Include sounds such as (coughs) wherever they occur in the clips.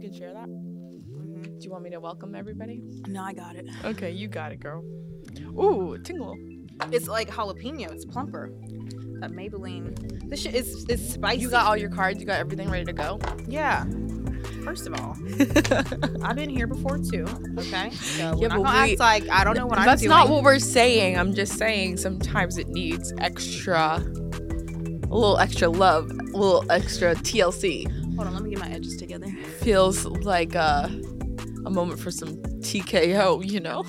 should share that. Do you want me to welcome everybody? No, I got it. Mm-hmm. Okay, you got it, girl. Ooh, tingle. It's like jalapeno. It's plumper. That Maybelline. This shit is is spicy. You got all your cards. You got everything ready to (laughs) go. yeah. First of all, I've been here before too. Okay. So Yeah, yeah, but but act we- like I don't know what That's I'm doing. not what we're saying. I'm just saying sometimes it needs extra, a little extra love, a little extra TLC. Hold on, let me get my edges together. Feels like a, a moment for some TKO, you know?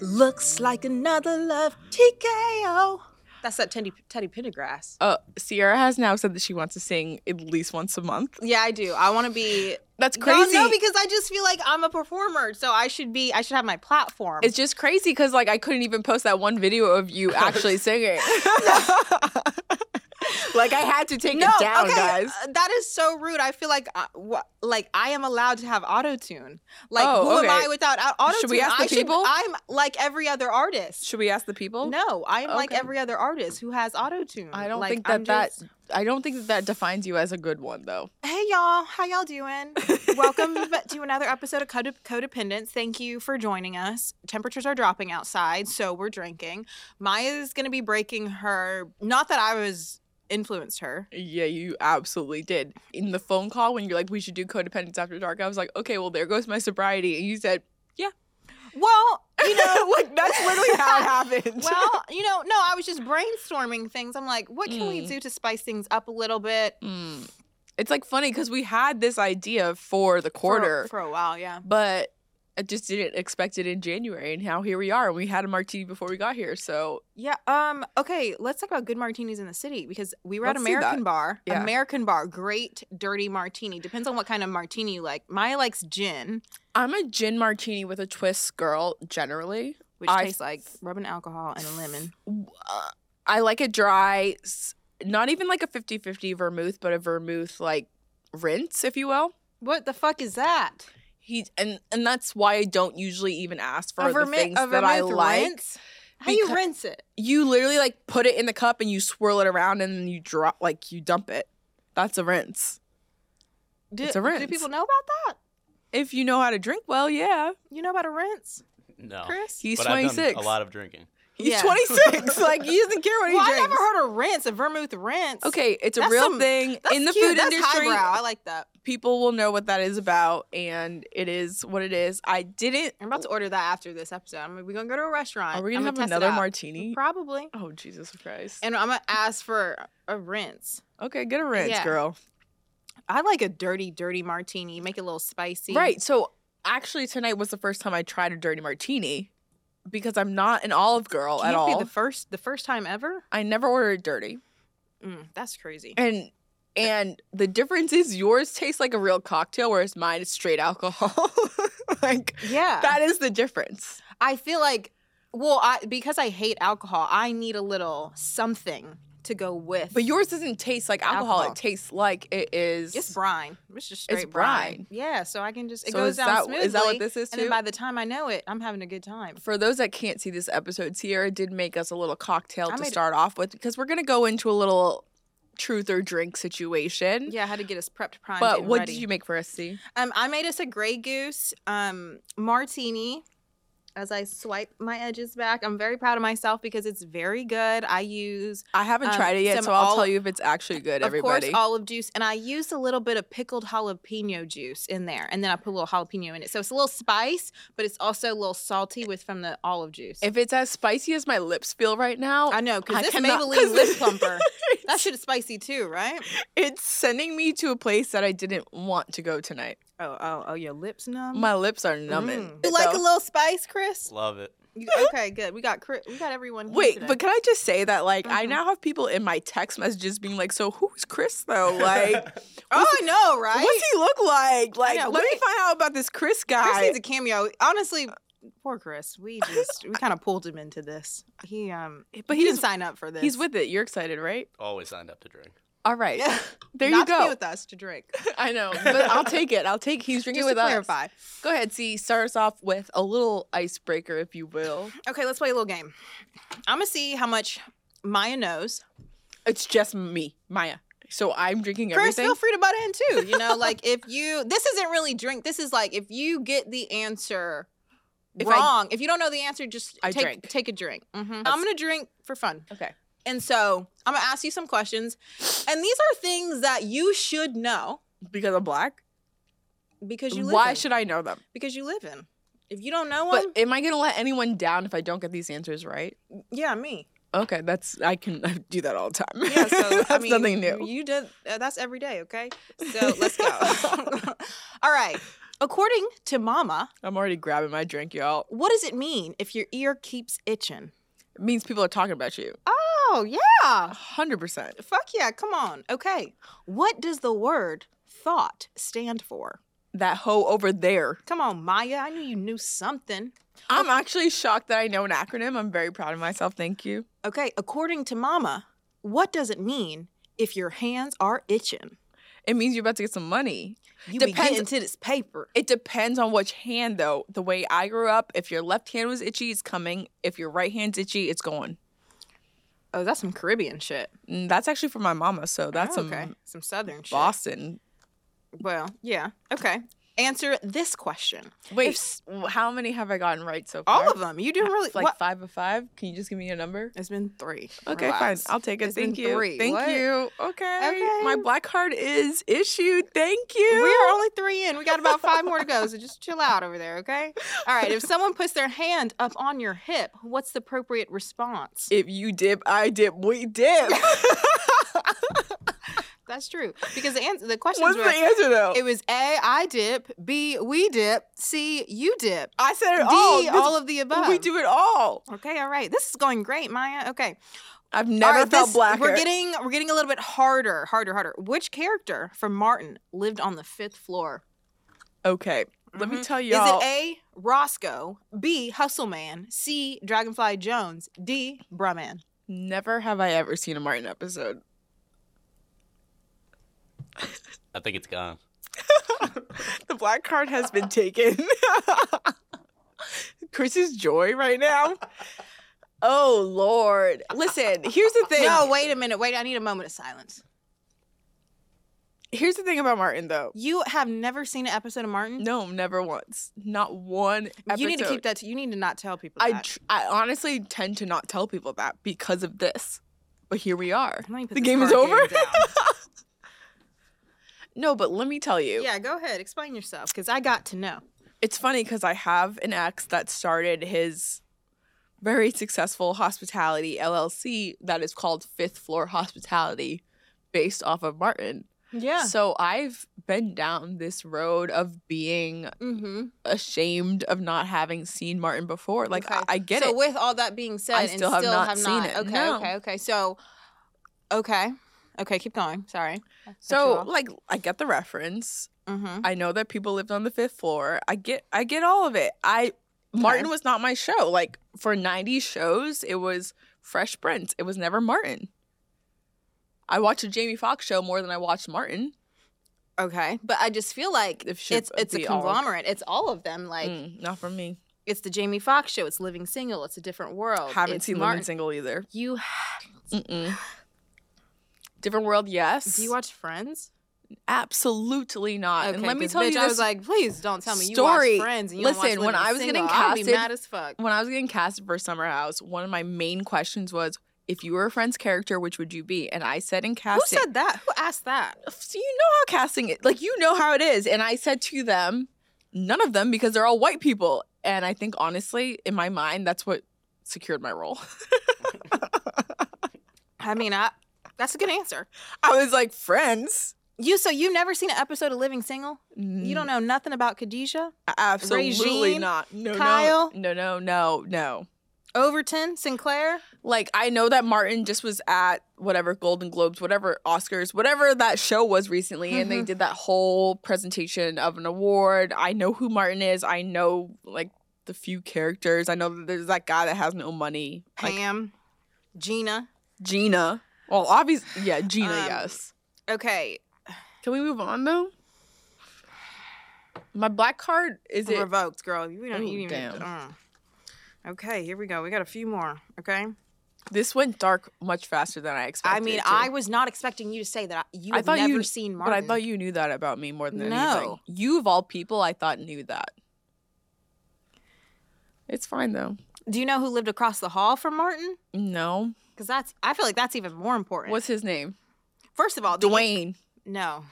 Looks like another love TKO. That's that Teddy Teddy Pendergrass. Uh, Sierra has now said that she wants to sing at least once a month. Yeah, I do. I want to be That's No, crazy. no, because I just feel like I'm a performer, so I should be. I should have my platform. it's just crazy because like I couldn't even post that one video of (laughs) you actually singing. like I had to take it down, guys. uh, that is so rude. I feel like uh, what, like I am allowed to have auto tune. Like Oh, who okay. am I without auto tune? Should we ask the I people? I'm like every other artist. Should we ask the people? No, I am like Okay. every other artist who has auto tune. I don't Like, think that I'm that just- I don't think that that defines you as a good one though. Hey y'all, how y'all doing? (laughs) Welcome b- to another episode of Code- Codependence. Thank you for joining us. Temperatures are dropping outside, so we're drinking. Maya's gonna be breaking her. Not that I was influenced her. Yeah, you absolutely did. In the phone call when you're like, we should do codependence after dark, I was like, okay, well there goes my sobriety, and you said, (laughs) Well, you know, like that's literally how (laughs) it happened. (laughs) well, you know, no, I was just brainstorming things. I'm like, what can we Mm. do to spice things up a little bit Mm. it's like funny because we had this idea for the for- quarter, for, a while? Yeah. but I just didn't expect it in January, and now here we are. We had a martini before we got here, so Yeah. Um. Okay. Let's talk about good martinis in the city because we were at Let's do American Bar. Yeah. American Bar, great dirty martini. Depends on what kind of martini you like. Maya likes gin, I'm a gin martini with a twist, girl. Generally, which I- tastes like rubbing alcohol and a lemon. w- uh, I like a dry, s- not even like a 50-50 vermouth, but a vermouth like rinse, if you will. (sighs) What the fuck is that? He and and that's why I don't usually even ask for the vermi- things that I vermouth like. rinse? How do you Becau- rinse it? You literally like put it in the cup and you swirl it around and then you drop like you dump it. That's a rinse. Do, It's a Do rinse. people know about that? If you know how to drink well, yeah. You know about a rinse, No. Chris? He's but twenty I've done six. a lot of drinking. He's Yeah. twenty (laughs) six. like he doesn't care what he well, I drinks. never heard of rinse, a vermouth rinse. okay, it's a That's real some- thing That's in the cute. food That's industry. uh, Highbrow. I like that. people will know what that is about and it is what it is. I didn't I'm about to order that after this episode. I'm gonna, we're gonna go to a restaurant. Are we gonna I'm have test it another out. martini? Probably. Oh Jesus Christ. And I'm gonna ask for a rinse. okay, get a rinse, Yeah. girl. I like a dirty, dirty martini. Make it a little spicy. Right. So actually tonight was the first time I tried a dirty martini because I'm not an olive girl Can at you all. be the first, the first time ever? I never ordered dirty. Mm, that's crazy. And and the difference is yours tastes like a real cocktail, whereas mine is straight alcohol. (laughs) like Yeah. that is the difference. I feel like, well, I because I hate alcohol, I need a little something to go with. But yours doesn't taste like alcohol. Alcohol. It tastes like it is. It's brine. It's just It's straight brine. brine. Yeah, so I can just it So goes is down that- smoothly. is that what this is And then too? by the time I know it, I'm having a good time. for those that can't see this episode, Sierra did make us a little cocktail I to made- start off with because we're gonna go into a little truth or drink situation. Yeah, I had to get us prepped, primed, But and what ready. did you make for us, C? Um, I made us a Grey Goose um, martini. As I swipe my edges back, I'm very proud of myself because it's very good. I use, I haven't Um, tried it yet, some so I'll ol- tell you if it's actually good, of everybody. course, olive juice, and I used a little bit of pickled jalapeno juice in there, and then I put a little jalapeno in it. So it's a little spice, but it's also a little salty with from the olive juice. if it's as spicy as my lips feel right now, (laughs) I know, because I this cannot- (laughs) Maybelline 'cause lip this- plumper, that shit is spicy too, right? it's sending me to a place that I didn't want to go tonight. Oh, oh, oh, your lips numb. My lips are numbing. Mm. You like So- a little spice, Chris? Love it. You, okay, good. We got Chris, we got everyone. Here Wait, today. but can I just say that like I Mhm. now have people in my text messages being like, "So who's Chris (laughs) though?" Like, oh, I know, right? What's he look like? Like, know, let me right? find out about this Chris guy. Chris needs a cameo. Honestly, poor Chris. We just we kind of pulled him into this. He um, but he he's didn't sign up for this. he's with it. You're excited, right? (laughs) Always signed up to drink. All right, (laughs) there Not you To be go. with us to drink. (laughs) I (laughs) know, but I'll take it. I'll take. He's drinking Just to with us. clarify. Go ahead, see. Start us off with a little icebreaker, if you will. Okay, let's play a little game. I'm gonna see how much Maya knows. It's just me, Maya. So I'm drinking Chris, everything. feel free to butt in too. (laughs) You know, like if you this isn't really drink. This is like if you get the answer If I- wrong. if you don't know the answer, just I take drink. take a drink. Mhm. I'm gonna drink for fun. okay. And so I'm gonna ask you some questions, and these are things that you should know Because I'm black. because you live Why in. should I know them? because you live in. If you don't know But them, am I gonna let anyone down if I don't get these answers right? (laughs) yeah, me. Okay, that's I can I do that all the time. (laughs) Yeah, so that's I mean, nothing new. You did uh, that's every day, okay? So let's go. (laughs) All right. According to Mama, I'm already grabbing my drink, y'all. what does it mean if your ear keeps itching? It means people are talking about you. Oh, yeah. hundred percent. Fuck yeah, come on. Okay. What does the word thought stand for? That hoe over there. Come on, Maya. I knew you knew something. I'm actually shocked that I know an acronym. I'm very proud of myself. Thank you. Okay, according to Mama, what does it mean if your hands are itching? It means you're about to get some money. You Depends- be getting to this paper. It depends on which hand, though. The way I grew up, if your left hand was itchy, it's coming. If your right hand's itchy, it's going. Oh, that's some Caribbean shit. Mm, That's actually from my mama, so that's Oh, some okay. Some Southern shit. Boston. Well, yeah. Okay. Answer this question. Wait, If s- how many have I gotten right so far? All of them. You do really like what? five of five. Can you just give me a number? It's been three. Okay, Relax. fine. I'll take it. It's been Thank you. three. Thank What? you. Okay. Okay. My black card is issued. Thank you. We are only three in. We got about five more to go. So just chill out over there, okay? All right. If someone puts their hand up on your hip, what's the appropriate response? if you dip, I dip. We dip. That's true because the answer, the questions What's were the answer though? it was A, I dip, B, we dip, C, you dip, I said D, it all. This- all of the above. we do it all. Okay, all right. This is going great, Maya. Okay. I've All never right, felt this- blacker. We're getting we're getting a little bit harder, harder, harder. Which character from Martin lived on the fifth floor? okay. Let me Mhm. tell y'all. Is it A. Roscoe, B. Hustleman, C. Dragonfly Jones, D. Brahman? never have I ever seen a Martin episode. I think it's gone. (laughs) the black card has been taken. (laughs) Chris's joy right now. Oh Lord! Listen, here's the thing. No, wait a minute. Wait, I need a moment of silence. Here's the thing about Martin, though. You have never seen an episode of Martin. No, never once. Not one episode. You need to keep that. To, you need to not tell people. I that. tr- I honestly tend to not tell people that because of this, but here we are. Let me put the this game is card over? (laughs) down. No, but let me tell you, yeah, go ahead. Explain yourself, because I got to know. it's funny because I have an ex that started his very successful hospitality LLC that is called Fifth Floor Hospitality, based off of Martin. Yeah. So I've been down this road of being Mm-hmm. ashamed of not having seen Martin before. Like I, I get so it. with all that being said, I and still have not seen it, Okay, no. okay, okay. So, okay, okay. Keep going. Sorry. So like I get the reference. mm-hmm. I know that people lived on the fifth floor. I get I get all of it. I Martin was not my show. Like for 90s shows, it was Fresh Prince. It was never Martin. I watched a Jamie Foxx show more than I watched Martin. okay, but I just feel like It should it's it's a be all- conglomerate. It's all of them. Like Mm, not for me. it's the Jamie Foxx show. It's Living Single. It's a different world. Haven't oh, it's seen Martin. Living Single either. You Mm-mm. Different World, yes. do you watch Friends? Absolutely not. and let me 'cause tell bitch, you I this was like, please don't tell me you story. watch Friends and you Listen, don't watch when Living I was Single. getting I'll be casted- mad as fuck. when I was getting cast for Summer House, one of my main questions was if you were a friend's character, which would you be? And I said in Who casting, said that? Who asked that? so you know how casting it like you know how it is and i said to them none of them because they're all white people and i think honestly in my mind that's what secured my role (laughs) I mean, I. That's a good answer. i was like friends You so you've never seen an episode of Living Single? You don't know nothing about Khadijah, Mm, absolutely Regine, not no Kyle? no no no no no Overton, Sinclair. like i know that martin just was at whatever golden globes whatever oscars whatever that show was recently and they Mhm. did that whole presentation of an award i know who martin is i know like the few characters i know that there's that guy that has no money like Pam, Gina. Gina. Well, obviously, yeah, Gina. Um, yes. Okay, Can we move on though? My black card is it? Oh, revoked, girl. We don't Ooh, you even. damn. uh. Okay, here we go. We got a few more. Okay, This went dark much faster than I expected. I mean, it to. I was not expecting you to say that. I- You I have thought never you- seen But Martin. I thought you knew that about me more than anything. No. You of all people, I thought knew that. It's fine though. Do you know who lived across the hall from Martin? No, Because that's. I feel like that's even more important. what's his name? First of all, the- Dwayne. (laughs) No.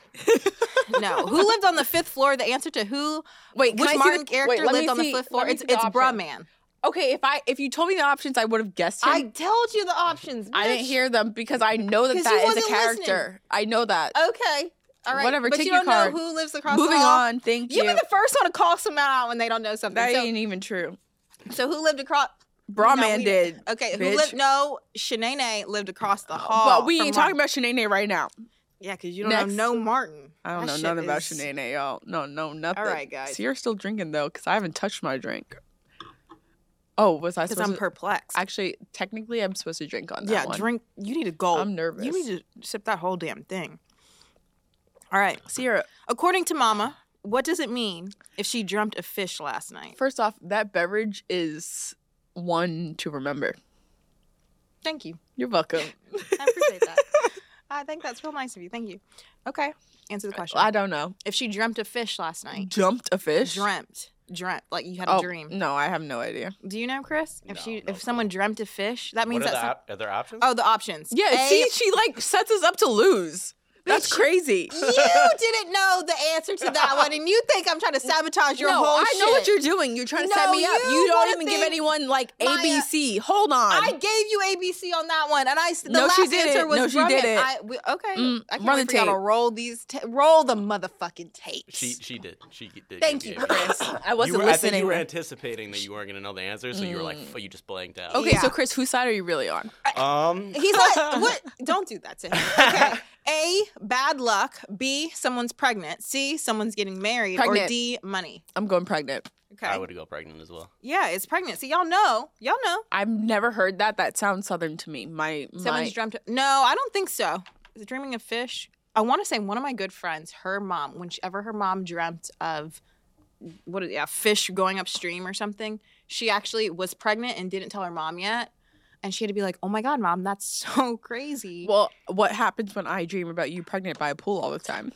no. Who lived on the fifth floor? The answer to who Wait, can which I see the- Martin character wait, let me lived on the see- fifth floor? let me It's see the it's option. Brahman. Okay, if I if you told me the options, I would have guessed him. I told you the options. I didn't bitch. hear them because I know that 'Cause that you is a wasn't listening. character. I know that. Okay. All right. Whatever, But take you your don't card. know who lives across the Moving hall. on, thank you. You were the first one to call someone out when they don't know something. that So, ain't even true. so who lived across? Brahman we- did. Okay, Bitch. Oh, who lived? No, Shanae lived across the hall. But we from ain't talking Martin. about Shanae right now. Yeah, because you don't Next. know no Martin. I don't That shit know nothing about is- Shanae, y'all. No, no, nothing. (laughs) All right, guys. So you're still drinking though, because I haven't touched my drink. Oh, was I Because supposed I'm to? perplexed. Actually, technically, I'm supposed to drink on that yeah, one. drink. You need a goal. I'm nervous. You need to sip that whole damn thing. All right. Sierra. According to Mama, what does it mean if she dreamt of fish last night? First off, that beverage is one to remember. Thank (laughs) you. You're welcome. I appreciate that. I think that's real nice of you. Thank you. Okay. Answer the question. I don't know. if she dreamt of fish last night, Jumped a fish. dreamt, dreamt, like you had a oh, dream. No, I have no idea. Do you know, Chris? If No, she, no if someone dreamt of fish, that means What are that. the some- op- are there options? oh, the options. Yeah, A, see, she like sets us up to lose. That's Bitch. (laughs) crazy. (laughs) you didn't know the answer to that one, and you think I'm trying to sabotage your no, whole I know what shit. you're doing. You're trying to set No, me up. you You don't wanna even give think- anyone like Maya- ABC. Hold on. (coughs) I gave you ABC on that one, and I s- the No, last she didn't. answer was No, she Brahman. didn't. I, we, okay, Mm, I can't run wait the for y'all to tape. roll these, ta- roll the motherfucking tapes. She she did. She g- did. Thank give you, the answer. Chris. I wasn't you were, I listening. think you were anticipating that you weren't gonna know the answer, so you were like, Mm. "F- you just blanked out. okay, Yeah. so Chris, whose side are you really on? Um. (laughs) He's like, what? Don't do that to him. Okay. A, bad luck. B, someone's pregnant. C, someone's getting married. Or Pregnant. D, money. I'm going pregnant. Okay. I would go pregnant as well. Yeah, it's pregnancy. Y'all know. Y'all know. I've never heard that. That sounds southern to me. My Someone's my dreamt. no, I don't think so. Is it dreaming of fish? I want to say one of my good friends, her mom, whenever her mom dreamt of what? Yeah, fish going upstream or something. She actually was pregnant and didn't tell her mom yet, and she had to be like, "Oh my god, mom, that's (laughs) so crazy." well, what happens when I dream about you pregnant by a pool all the time?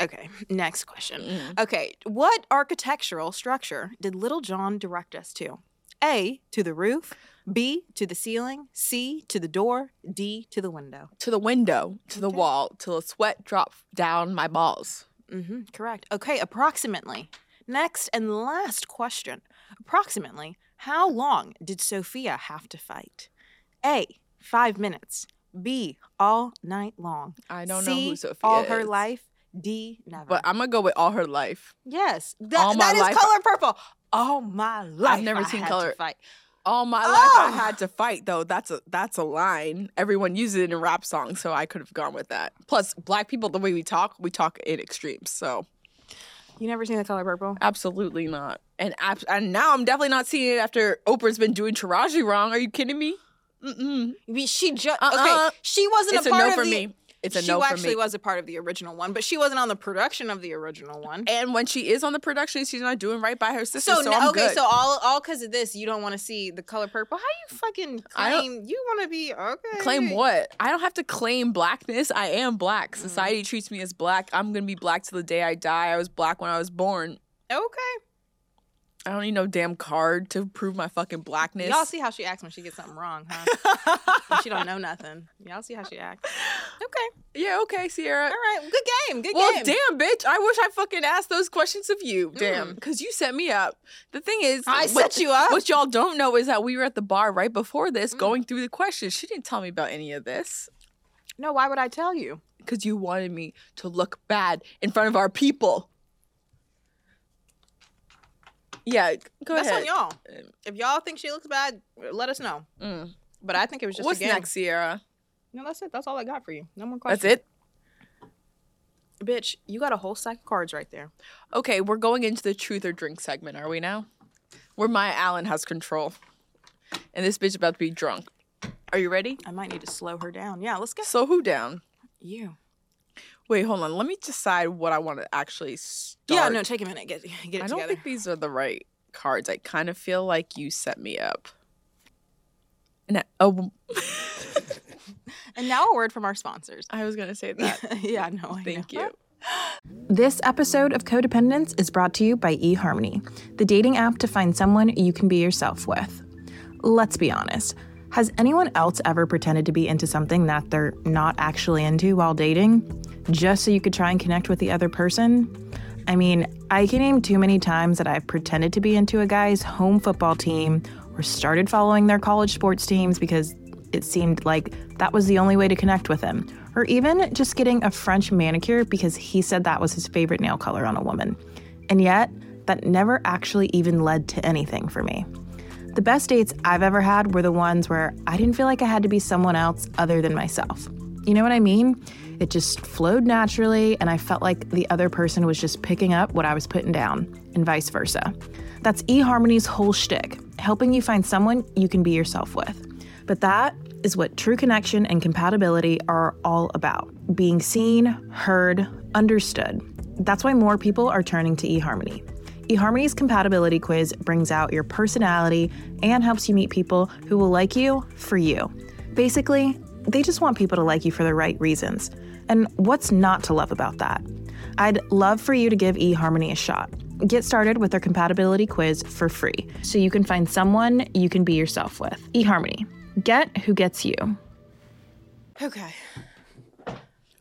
okay, next question. Mm. Okay, what architectural structure did Little John direct us to? A to the roof, B to the ceiling, C to the door, D to the window. To the window, to the Okay. wall, till a sweat drop down my balls. Mm-hmm, correct. Okay, approximately. Next and last question. Approximately, how long did Sophia have to fight? A. Five minutes. B. All night long. I don't know C, who Sophia All her is, life. D. Never. but I'm gonna go with all her life. yes, All that, my that is life- color purple. All my life. never I seen had to Color- fight. All my life, I Oh! had to fight though. That's a that's a line. Everyone uses it in rap songs, so I could have gone with that. Plus, black people, the way we talk, we talk in extremes. So You never seen the color purple? absolutely not. And ab- and now I'm definitely not seeing it after Oprah's been doing Taraji wrong. Are you kidding me? Mm-mm. We- She just Uh-uh. okay. She wasn't It's a a part no of for the. me. It's a she no for actually me. was a part of the original one, but she wasn't on the production of the original one. and when she is on the production, she's not doing right by her sister. So, no- I'm okay, good. so all all because of this, you don't want to see the color purple. How you fucking I don't- claim you want to be okay? claim what? I don't have to claim blackness. I am Mm. black. Society treats me as black. I'm gonna be black till the day I die. I was black when I was born. Okay, I don't need no damn card to prove my fucking blackness. y'all see how she acts when she gets something wrong, huh? When she don't know nothing. Y'all see how she acts. Okay, (laughs) yeah, okay, Sierra. all right, good game, good Well, game. damn, bitch. I wish I fucking asked those questions of you. Damn. Because you set me up. The thing is, Mm. I what- set you up. What y'all don't know is that we were at the bar right before this Mm. going through the questions. She didn't tell me about any of this no, why would I tell you? because you wanted me to look bad in front of our people. Yeah, go That's ahead. on y'all. If y'all think she looks bad, let us know. Mm. But I think it was just What's a game. next, Sierra? No, that's it. That's all I got for you. No more questions. That's it? Bitch, you got a whole stack of cards right there. Okay, we're going into the truth or drink segment, are we now? Where Maya Allen has control. And this bitch about to be drunk. Are you ready? I might need to slow her down. Yeah, let's go. Slow who down? You. Wait, hold on. Let me decide what I want to actually start. Yeah, no, take a minute. Get, get it I don't together. think these are the right cards. I kind of feel like you set me up. No, oh, And now a word from our sponsors. I was (laughs) gonna say that. yeah, no, I know. Thank you. This episode of Codependence is brought to you by eHarmony, the dating app to find someone you can be yourself with. Let's be honest. Has anyone else ever pretended to be into something that they're not actually into while dating, just so you could try and connect with the other person? I mean, I can name too many times that I've pretended to be into a guy's home football team or started following their college sports teams because it seemed like that was the only way to connect with him, or even just getting a French manicure because he said that was his favorite nail color on a woman. And yet, that never actually even led to anything for me. The best dates I've ever had were the ones where I didn't feel like I had to be someone else other than myself. You know what I mean? It just flowed naturally, and I felt like the other person was just picking up what I was putting down, and vice versa. That's eHarmony's whole shtick, helping you find someone you can be yourself with. But that is what true connection and compatibility are all about being seen, heard, understood. That's why more people are turning to eHarmony. eHarmony's compatibility quiz brings out your personality and helps you meet people who will like you for you. Basically, they just want people to like you for the right reasons. And what's not to love about that? I'd love for you to give eHarmony a shot. Get started with their compatibility quiz for free so you can find someone you can be yourself with. eHarmony. Get who gets you. Okay.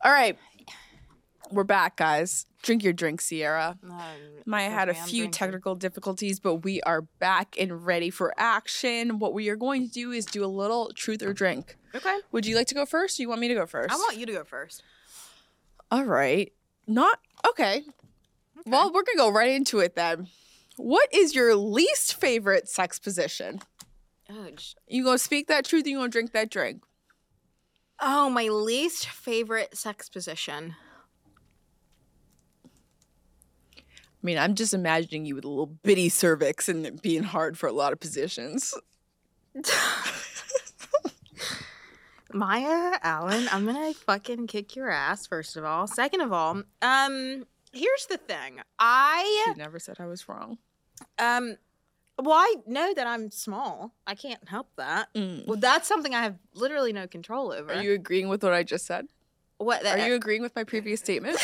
All right. We're back, guys. Drink your drink, Sierra. Maya had a okay, I'm few drinking. technical difficulties, but we are back and ready for action. What we are going to do is do a little truth or drink. Okay. Would you like to go first? Or you want me to go first? I want you to go first. All right. Not okay. Well, we're gonna go right into it then. What is your least favorite sex position? You gonna speak that truth? Or you gonna drink that drink? Oh, my least favorite sex position. I mean, I'm just imagining you with a little bitty cervix and it being hard for a lot of positions. Maya Allen, I'm gonna fucking kick your ass, first of all. Second of all, um, here's the thing. I She never said I was wrong. Um, well, I know that I'm small. I can't help that. Well, that's something I have literally no control over. Mm. Are you agreeing with what I just said? what? Are that- you agreeing with my previous (laughs) statement?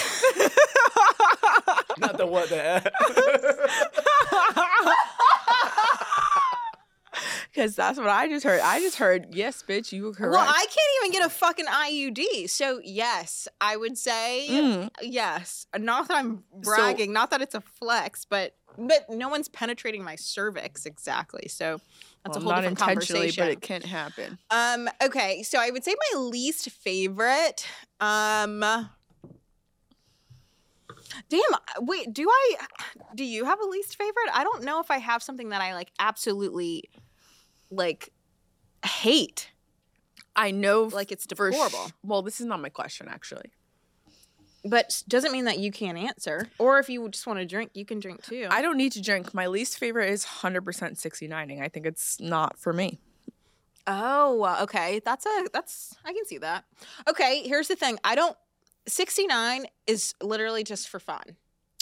Not the what (laughs) the. Because that's what I just heard. I just heard, yes, bitch, you were correct. Well, I can't even get a fucking IUD. So yes, I would say Mm. yes. Not that I'm bragging. not that it's a flex, but but no one's penetrating my cervix exactly. So Well, that's a whole not different intentionally, conversation. but it can happen. Um, okay, so I would say my least favorite. Um Damn, wait, do I do you have a least favorite? I don't know if I have something that I like absolutely like hate. I know Like it's for deplorable. sh- well, this is not my question actually. But s- doesn't mean that you can't answer. Or if you just want to drink, you can drink too. I don't need to drink. My least favorite is 100% 69ing. I think it's not for me. Oh, uh, okay. That's a that's I can see that. Okay, here's the thing. I don't 69 is literally just for fun.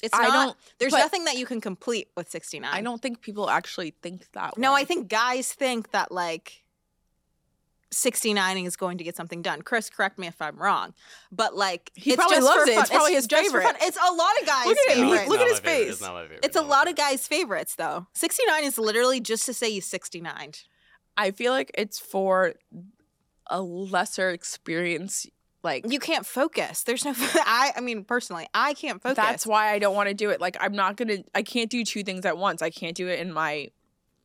It's I not don't- there's but- nothing that you can complete with 69. I don't think people actually think that. No, way. I think guys think that like 69 is going to get something done. Chris, correct me if I'm wrong, but like He probably just for loves it. fun. It's probably his just for fun. favorite. It's a lot of guys' Look at him. He's- favorites. look at his face. It's not my favorite. it's a no. lot of guys' favorites though. 69 is literally just to say you 69. I feel like it's for a lesser experience. Like you can't focus. There's no. (laughs) I. I mean, personally, I can't focus. that's why I don't want to do it. Like I'm not gonna. I can't do two things at once. I can't do it in my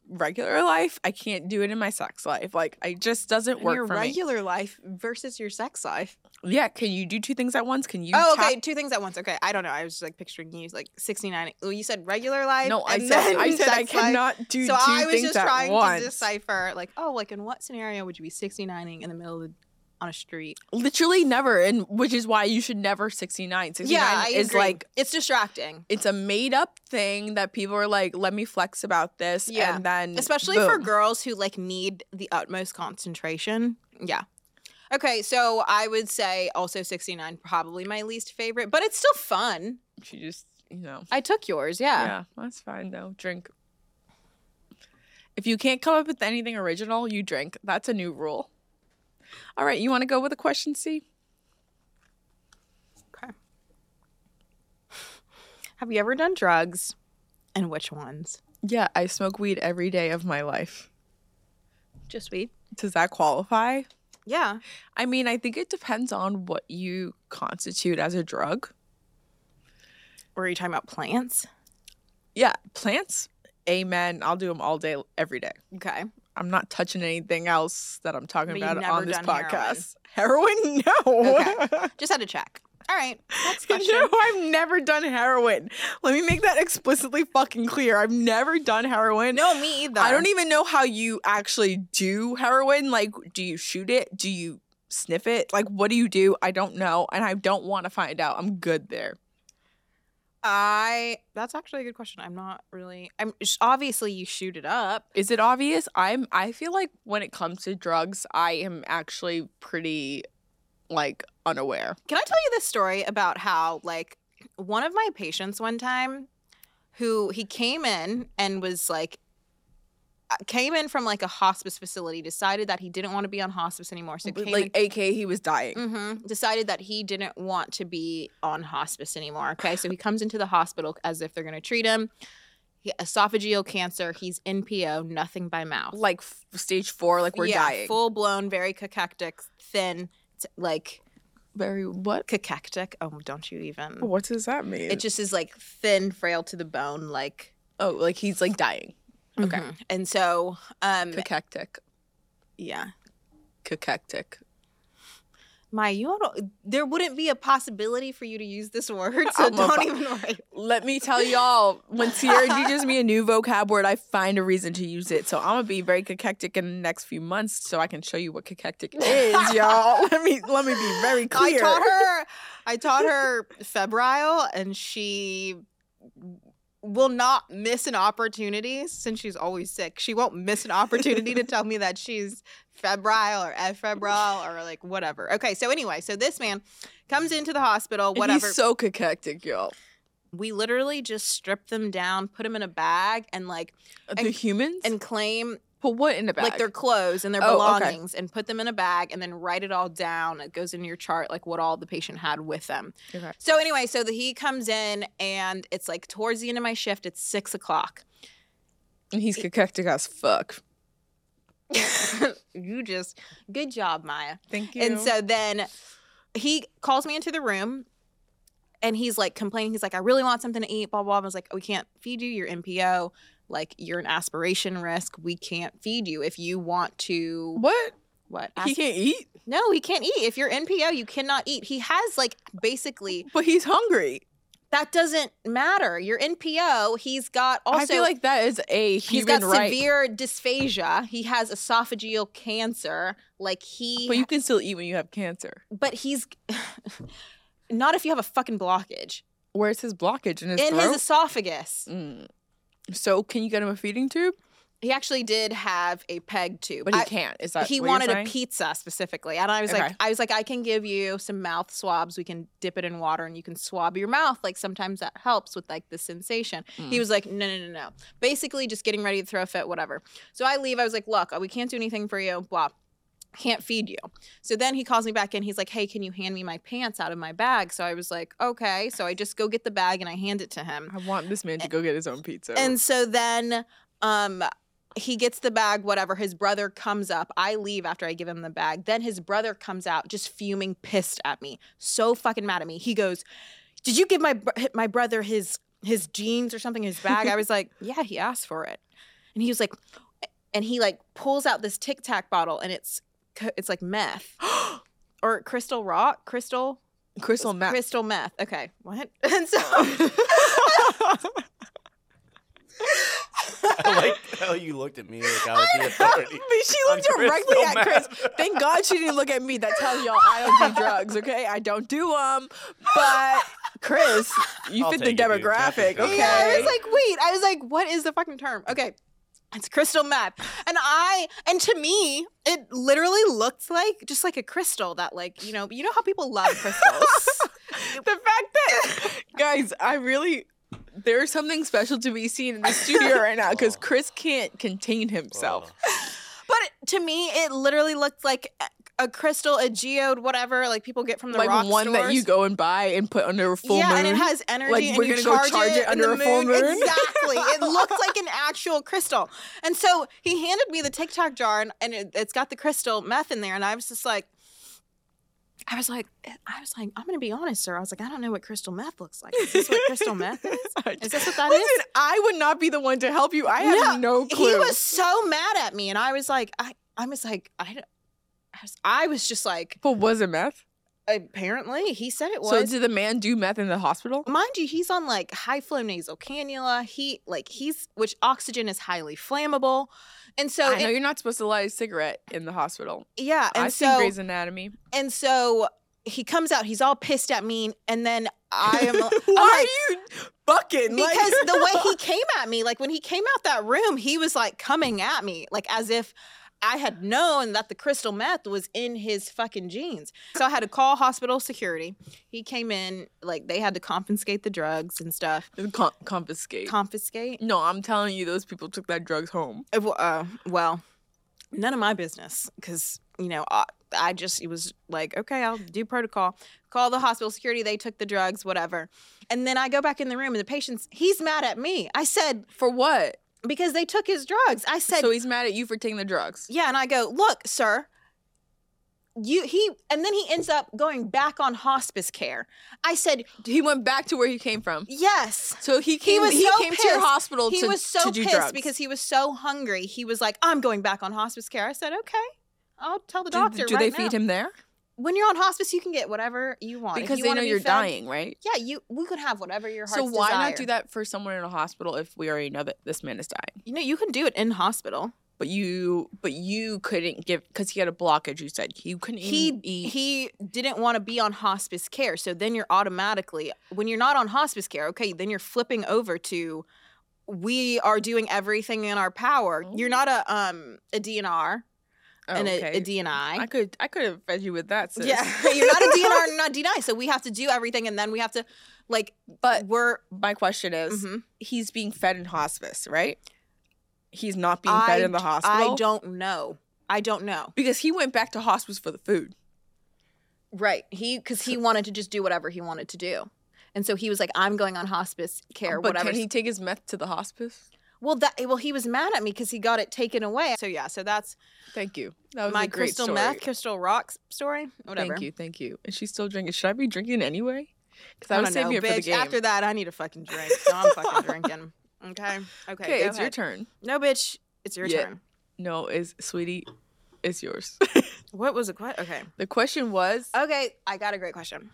regular life. I can't do it in my sex life. Like I just doesn't In work your for regular life versus your sex life. me. Yeah. Can you do two things at once? Can you? oh, tap- okay. Two things at once. Okay, I don't know. I was just like picturing you like 69. Well, you said regular life. No, I and said. then (laughs) I said I sex life. cannot do So two I was things just at trying once. to decipher, like, oh, like in what scenario would you be 69ing in the middle of the, on a street? Literally never, and which is why you should never 69. 69 is like it's distracting, it's a made up thing that people are like, let me flex about this, Yeah. and then especially for boom. girls who like need the utmost concentration. Yeah. Okay, so I would say also 69 probably my least favorite, but it's still fun. She just, you know, I took yours, yeah. yeah. that's fine though. Drink. If you can't come up with anything original, you drink. That's a new rule. All right, you want to go with a question C? Okay. (laughs) Have you ever done drugs? And which ones? Yeah, I smoke weed every day of my life. Just weed. Does that qualify? Yeah. I mean, I think it depends on what you constitute as a drug. Were you talking about plants? Yeah, plants. Amen. I'll do them all day, every day. Okay. I'm not touching anything else that I'm talking But you've about never on this done heroin. podcast. Heroin? (laughs) No. (laughs) Okay. Just had to check. All right. Next question. no, I've never done heroin. Let me make that explicitly fucking clear. I've never done heroin. No, me either. I don't e- even know how you actually do heroin. Like, do you shoot it? Do you sniff it? Like, what do you do? I don't know. And I don't want to find out. I'm good there. I. That's actually a good question. I'm not really. I'm sh- obviously you shoot it up. Is it obvious? I'm I feel like when it comes to drugs, I am actually pretty like unaware. Can I tell you this story about how like one of my patients one time, who he came in and was like. uh, Came in from like a hospice facility, decided that he didn't want to be on hospice anymore. So But, came like eh, AK he was dying. hmm Decided that he didn't want to be on hospice anymore. Okay, so he comes into the hospital as if they're going to treat him. He, esophageal cancer. He's NPO, nothing by mouth. Like f- stage 4 like we're yeah, dying. full blown, very cachectic, thin, t- like Very what? cachectic. Oh, don't you even? What does that mean? It just is like thin, frail to the bone, like oh, like he's like dying. Okay. Mhm. And so, um, Cachectic. yeah, Cachectic. my you don't, there wouldn't be a possibility for you to use (laughs) this word, so I'm a don't fu- even worry. Let me tell y'all, when Sierra teaches me a new vocab word, I find a reason to use it. So I'm gonna be very cachectic in the next few months, so I can show you what cachectic (laughs) is, y'all. (laughs) Let me let me be very clear. I taught (laughs) her. I taught her febrile, and she will not miss an opportunity since she's always sick. She won't miss an opportunity to tell me that she's febrile or febrile or like whatever. Okay, so anyway, so this man comes into the hospital. And Whatever. He's so cachectic, y'all. we literally just strip them down, put them in a bag, and like The humans and claim put what in a bag? like their clothes and their Oh, okay. belongings and put them in a bag and then write it all down. It goes in your chart like what all the patient had with them. Okay. So anyway, so the, he comes in and it's like towards the end of my shift, it's (laughs) six o'clock. and he's cachectic as fuck. you just good job, Maya. Thank And so then he calls me into the room and he's like complaining. He's like, I really want something to eat, blah, blah. blah. I was like, oh, we can't feed you. You're NPO. Like, you're an aspiration risk. We can't feed you if you want (laughs) to. what? What? He can't eat, No, he can't eat. If you're NPO, you cannot eat. He has like basically but he's hungry. that doesn't matter. You're NPO. He's got also I feel like that is a he's human got right. severe dysphagia. He has esophageal cancer. Like he but you can still eat when you have cancer. but he's (laughs) not if you have a fucking blockage Where's his blockage in his in throat? his esophagus. Mm. So can you get him a feeding tube? He actually did have a peg tube. But he I- can't. Is that he what you're wanted a saying? pizza specifically and i was like Okay. i was like i can give you some mouth swabs we can dip it in water and you can swab your mouth like sometimes that helps with like the sensation Mm. he was like no no no no basically just getting ready to throw a fit whatever so i leave i was like look we can't do anything for you blah can't feed you so then he calls me back in he's like hey can you hand me my pants out of my bag so i was like okay so i just go get the bag and i hand it to him I want this man to go get his own pizza. and so then um he gets the bag, whatever. His brother comes up. I leave after I give him the bag. Then his brother comes out just fuming, pissed at me. So fucking mad at me. He goes, "Did you give my br- my brother his his jeans or something in his bag?" I was like, "Yeah, he asked for it." And he was like and he like pulls out this Tic Tac bottle and it's co- it's like meth or crystal rock, crystal crystal meth. (laughs) crystal meth. Okay. What? (laughs) And so I (laughs) like how you looked at me like I was the authority. she on looked directly crystal at meth. Chris. Thank God she didn't look at me. That tells y'all I don't do drugs, okay? I don't do them. But Chris, you I'll fit the take it, dude. demographic, Definitely. okay? Yeah, I was like, wait. I was like, what is the fucking term? Okay. It's crystal meth. And I and to me, it literally looked like just like a crystal that like, you know, (laughs) you know how people love crystals. the fact that guys, I really There is something special to be seen in the studio right now (laughs) because Oh. Chris can't contain himself. (laughs) But it- to me, it literally looked like a- a crystal, a geode, whatever, like people get from the like rock one that you stores. go and buy and put under a full yeah, moon. and (laughs) it has energy. Like, and we're you gonna go charge, charge it in under the a full moon? Exactly. (laughs) it looked like an actual crystal. And so he handed me the TikTok jar, and, and it, it's got the crystal meth in there, and I was just like. I was like, I was like, I'm gonna be honest, sir. I was like, I don't know what crystal meth looks like. Is this what crystal meth (laughs) is? Is this what that is? Listen, I would not be the one to help you. I have no, clue. He was so mad at me, and I was like, I, I was like, I, don't- I was, I was just like, but was it meth? apparently he said it was. So did the man do meth in the hospital? Mind you, he's on like high flow nasal cannula. He like he's which oxygen is highly flammable, and so I know it- you're not supposed to light a cigarette in the hospital. yeah, and I've seen so Grey's Anatomy. and so he comes out. He's all pissed at me, and then I (laughs) am. I'm like, are you fucking? like- because the way (laughs) he came at me, like when he came out that room, he was like coming at me, like as if I had known that the crystal meth was in his fucking jeans. So I had to call hospital security. He came in, like they had to confiscate the drugs and stuff. (laughs) Con- confiscate. Confiscate? no, I'm telling you, those people took that drugs home. Uh, w- uh, well, none of my business because, you know, I, I just, it was like, okay, I'll do protocol. Call the hospital security. They took the drugs, whatever. And then I go back in the room and the patient's, he's mad at me. I said, For what? because they took his drugs. I said, so he's mad at you for taking the drugs. Yeah, and I go, look, sir, you he and then he ends up going back on hospice care. I said, He went back to where he came from. yes. So he came. He, was so came to your pissed. hospital. He to, was so to do pissed drugs. because he was so hungry. He was like, I'm going back on hospice care. I said, okay. I'll tell the Do- doctor. Do, they right feed now." him there? When you're on hospice, you can get whatever you want. If Because you they wanna know be you're fed- dying, right? Yeah, you. We could have whatever your heart. So why not do that for someone in a hospital if we already know that this man is dying? You know, you can do it in hospital. But you, but you couldn't give because he had a blockage. You said you couldn't he even eat. he didn't want to be on hospice care so then you're automatically when you're not on hospice care okay then you're flipping over to we are doing everything in our power you're not a um a dnr Oh, and a, okay. a dni I could, I could have fed you with that. Sis. yeah (laughs) you're (laughs) not a dnr and not dni so we have to do everything and then we have to like But we're my question is, mhm. he's being fed in hospice, right? He's not being fed I- in the hospital. i don't know i don't know because he went back to hospice for the food. right he because he wanted to just do whatever he wanted to do and so he was like i'm going on hospice care but whatever can he take his meth to the hospice? Well, that well, he was mad at me because he got it taken away. So yeah, so that's Thank you. That was my a great crystal story. meth, crystal rocks story. Whatever. Thank you, thank you. And she's still drinking. Should I be drinking anyway? Because I I don't was saving know, it for the bitch. game. After that, I need a fucking drink, so I'm fucking (laughs) drinking. Okay. Okay. okay, go it's your ahead. turn. No, bitch. It's your Yeah. turn. No, is sweetie, it's yours. (laughs) What was the question? Okay. the question was. Okay, I got a great (laughs) question.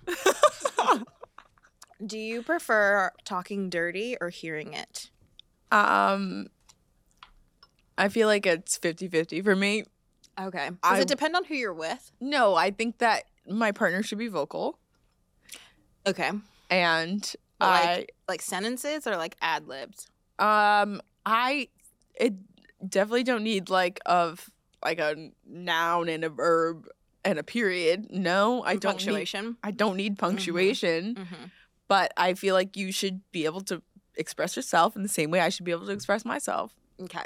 Do you prefer talking dirty or hearing it? Um, I feel like it's 50-50 for me. Okay. Does I- it depend on who you're with? No, I think that my partner should be vocal, Okay. and But, like, I Like sentences or like ad libs? Um, I it definitely don't need like of like a noun and a verb and a period. No, I don't. Need, punctuation. Mm-hmm. I don't need punctuation, hmm but I feel like you should be able to express yourself in the same way I should be able to express myself. Okay.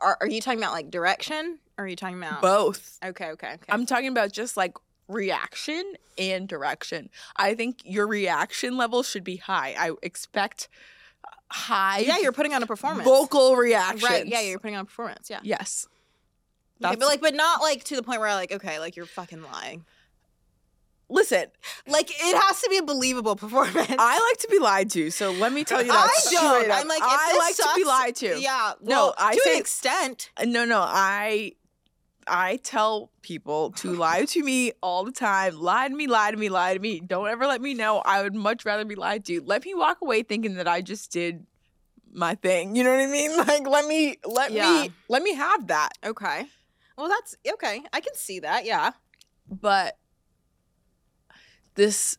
Are, are you talking about like direction or are you talking about Both. Okay, okay, Oh. okay. I'm talking about just like reaction and direction. I think your reaction level should be high. I expect uh, high. Uh, yeah, you're putting on a performance. vocal reactions. Right. Yeah, you're putting on a performance. Yeah. Yes. Okay, That's- but like but not like to the point where like okay, like you're fucking lying. Listen, Like it has to be a believable performance. I like to be lied to, so let me tell you that (laughs) I straight don't. up. I'm like if I this like to be sucks- lied to. Yeah. No, well, I to say- an extent. No, no, I I tell people to lie to me all the time. Lie to me, lie to me, lie to me. Don't ever let me know. I would much rather be lied to. Let me walk away thinking that I just did my thing. You know what I mean? (laughs) Like let me let Yeah. me let me have that. Okay. Well, that's okay. I can see that. Yeah. But this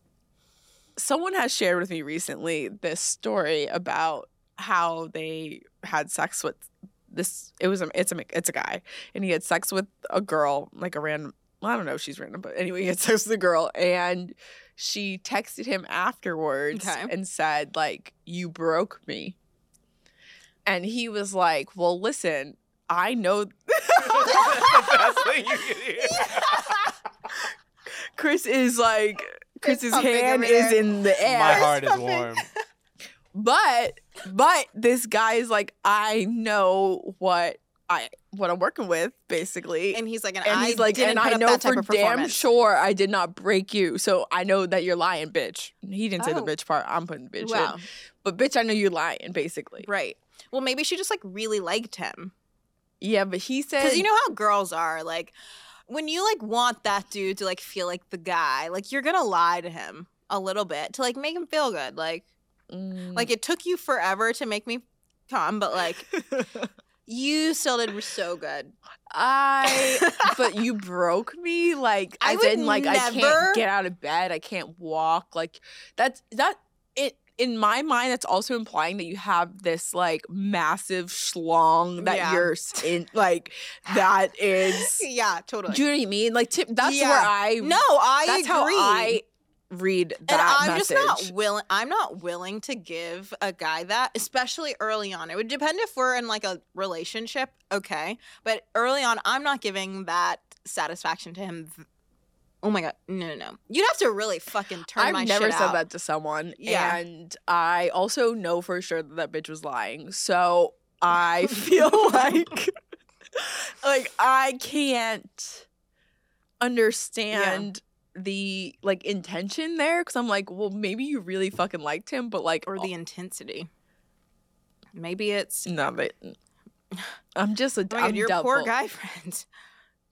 someone has shared with me recently this story about how they had sex with this it was a it's a it's a guy and he had (laughs) sex with a girl like a random well, I don't know if she's random but anyway he had sex with a girl and she texted him afterwards Okay. and said like you broke me and he was like well listen i know (laughs) That's the best thing you can hear. chris is like chris's pumping hand over there. is in the air My heart is something. warm. but but this guy is like i know what i what i'm working with basically (laughs) And he's like, and, and I he's like, didn't and put I up know that type for of damn performance. sure I did not break you, so I know that you're lying, bitch. He didn't say the Oh. bitch part. I'm putting bitch Wow. in, but bitch, I know you're lying, basically. Right. Well, maybe she just like really liked him. Yeah, but he said, Because you know how girls are. Like, when you like want that dude to like feel like the guy, like you're going to lie to him a little bit to like make him feel good. Like, Mm, like it took you forever to make me come, but like you still did so good. I, but you broke me. Like I I, would didn't like I never- can't get out of bed. I can't walk. Like that's that it. In my mind, that's also implying that you have this like massive schlong that Yeah. you're s- in, like that is (laughs) (laughs) yeah, totally. Do you know what I mean? Like, tip, that's Yeah. where I. no, I that's agree. how I read that and I'm message. just not willing. I'm not willing to give a guy that, especially early on. It would depend if we're in like a relationship, okay. But early on, I'm not giving that satisfaction to him. Oh my god, no, no, no! You'd have to really fucking turn my I've never shit said out. that to someone, Yeah. and I also know for sure that that bitch was lying. (laughs) So I feel (laughs) like, like I can't understand. The like intention there, because I'm like, well, maybe you really fucking liked him, but like, or the intensity. Maybe it's no, (laughs) but I'm just a oh my god, I'm your poor doubtful. (laughs) guy (laughs) friend.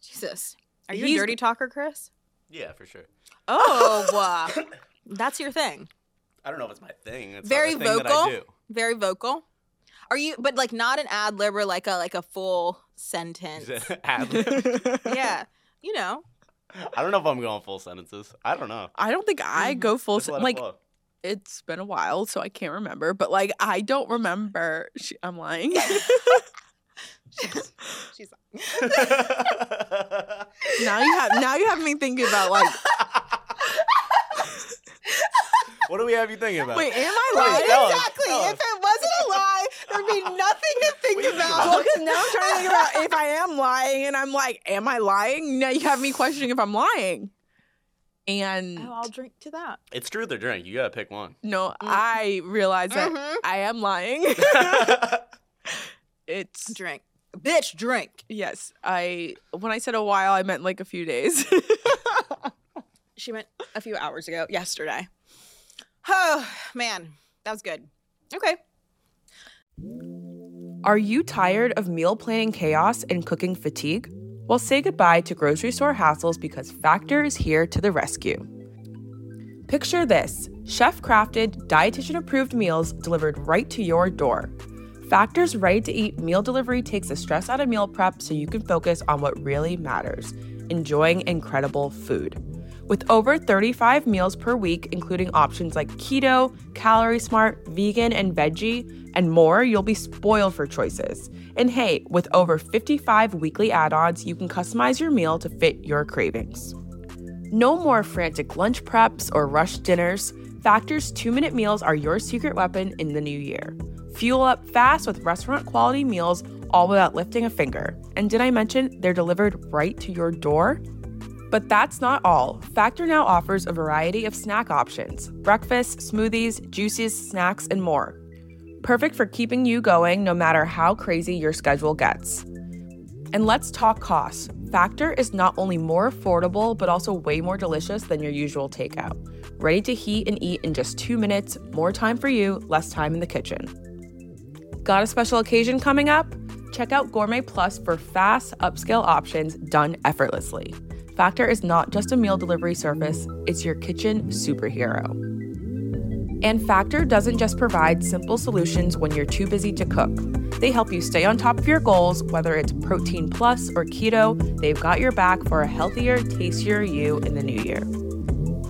Jesus, are you He's- a dirty talker, Chris? Yeah, for sure. (laughs) Oh, uh, that's your thing. I don't know if it's my thing. It's Very like a thing That I vocal. do. Very vocal. Are you? But like not an ad lib or like a like a full sentence. Is it (laughs) ad lib? (laughs) yeah, you (laughs) know. I don't know if I'm going full sentences. I don't know. I don't think I Mhm. go full Just let it like (laughs) flow. it's been a while, so I can't remember. But like, I don't remember. She, I'm lying. (laughs) She's now you have now you have me thinking about like, what do we have you thinking about? wait, am I Wait, lying? that- Tell us, exactly. tell us. If it wasn't a lie, there'd (laughs) be nothing to What think do you (laughs) mean? Well, about. because now I'm trying to think about if I am lying, and I'm like, am I lying? Now you have me questioning if I'm lying. And (laughs) Oh, I'll mm. drink to that. It's truth or drink. You gotta (laughs) pick one. no, I realize that Mhm. I am lying. (laughs) it's Drink, bitch. Drink. yes. I when I said a while, I meant like a few days. (laughs) She went a few hours ago, yesterday. (sighs) Oh man, that was good. Okay. Are you tired of meal planning chaos and cooking fatigue? Well, say goodbye to grocery store hassles because Factor is here to the rescue. Picture this chef crafted, dietitian approved meals delivered right to your door. Factor's ready to eat meal delivery takes the stress out of meal prep so you can focus on what really matters enjoying incredible food. With over 35 meals per week, including options like keto, calorie smart, vegan, and veggie, and more, you'll be spoiled for choices. And hey, with over 55 weekly add ons, you can customize your meal to fit your cravings. No more frantic lunch preps or rushed dinners. Factor's two minute meals are your secret weapon in the new year. Fuel up fast with restaurant quality meals, all without lifting a finger. And did I mention they're delivered right to your door? But that's not all. Factor now offers a variety of snack options breakfast, smoothies, juices, snacks, and more. Perfect for keeping you going no matter how crazy your schedule gets. And let's talk costs. Factor is not only more affordable, but also way more delicious than your usual takeout. Ready to heat and eat in just two minutes, more time for you, less time in the kitchen. Got a special occasion coming up? Check out Gourmet Plus for fast, upscale options done effortlessly. Factor is not just a meal delivery service, it's your kitchen superhero. And Factor doesn't just provide simple solutions when you're too busy to cook. They help you stay on top of your goals, whether it's protein plus or keto, they've got your back for a healthier, tastier you in the new year.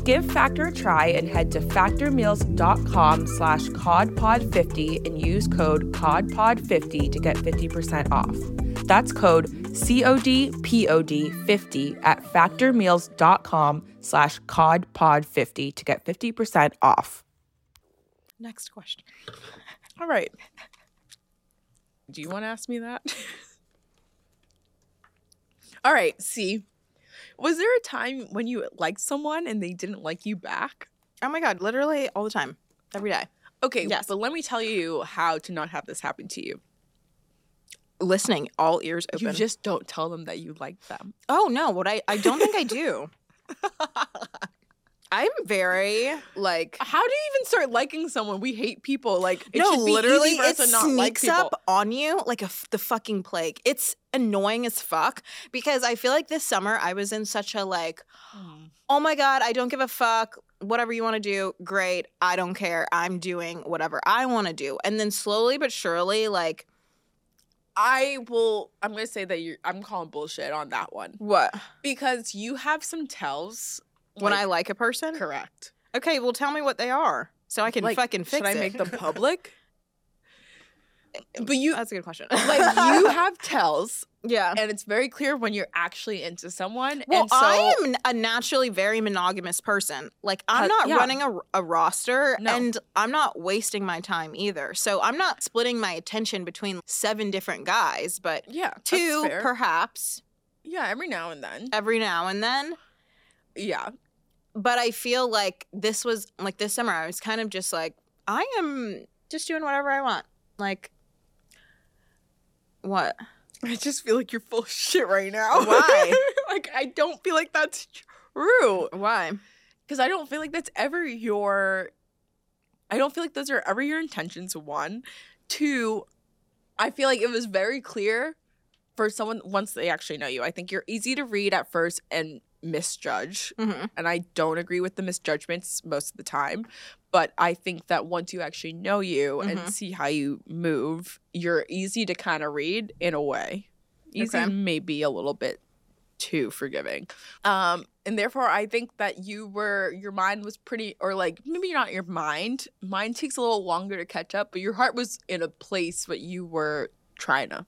Give Factor a try and head to factormeals.com slash codpod50 and use code codpod50 to get 50% off. That's code CODPOD50 at factormeals.com slash codpod50 to get 50% off. Next question. All right. Do you want to ask me that? (laughs) All right. See, was there a time when you liked someone and they didn't like you back? Oh my god, literally all the time, every day. Okay. Yes. But let me tell you how to not have this happen to you. Listening, all ears open. You just don't tell them that you like them. oh no, what I I don't think I (laughs) do. I'm very like How do you even start liking someone? We hate people. Like it no, should be literally, easy for us it to not like sneaks people. up on you like a f- the fucking plague. It's annoying as fuck because I feel like this summer I was in such a like, oh my god, I don't give a fuck. Whatever you want to do, great. I don't care. I'm doing whatever I want to do. And then slowly but surely, like I will. I'm gonna say that you. I'm calling bullshit on that one what? because you have some tells When I like a person, correct. okay, well tell me what they are so I can Like, fucking fix Should I it. make them public? but you (laughs) That's a good question. (laughs) like you have tells, yeah. and it's very clear when you're actually into someone. Well, and so I am a naturally very monogamous person. Like, I'm Uh, not yeah. running a, a roster No. and I'm not wasting my time either. So, I'm not splitting my attention between seven different guys, but yeah, that's two fair. perhaps yeah, every now and then. every now and then. Yeah, (laughs) But I feel like this was like this summer, I was kind of just like, I am just doing whatever I want. Like, (laughs) what? I just feel like you're full of shit right now. Why? (laughs) like I don't feel like that's true Why? because I don't feel like that's ever your. I don't feel like those are ever your intentions. One, two, I feel like it was very clear for someone once they actually know you. I think you're easy to read at first and misjudge hmm and I don't agree with the misjudgments most of the time. But I think that once you actually know you Mhm. and see how you move, you're easy to kind of read in a way. Easy, Okay. maybe a little bit too forgiving. Um, and therefore, I think that you were, your mind was pretty, or like maybe not your mind. Mine takes a little longer to catch up, but your heart was in a place, but you were trying to.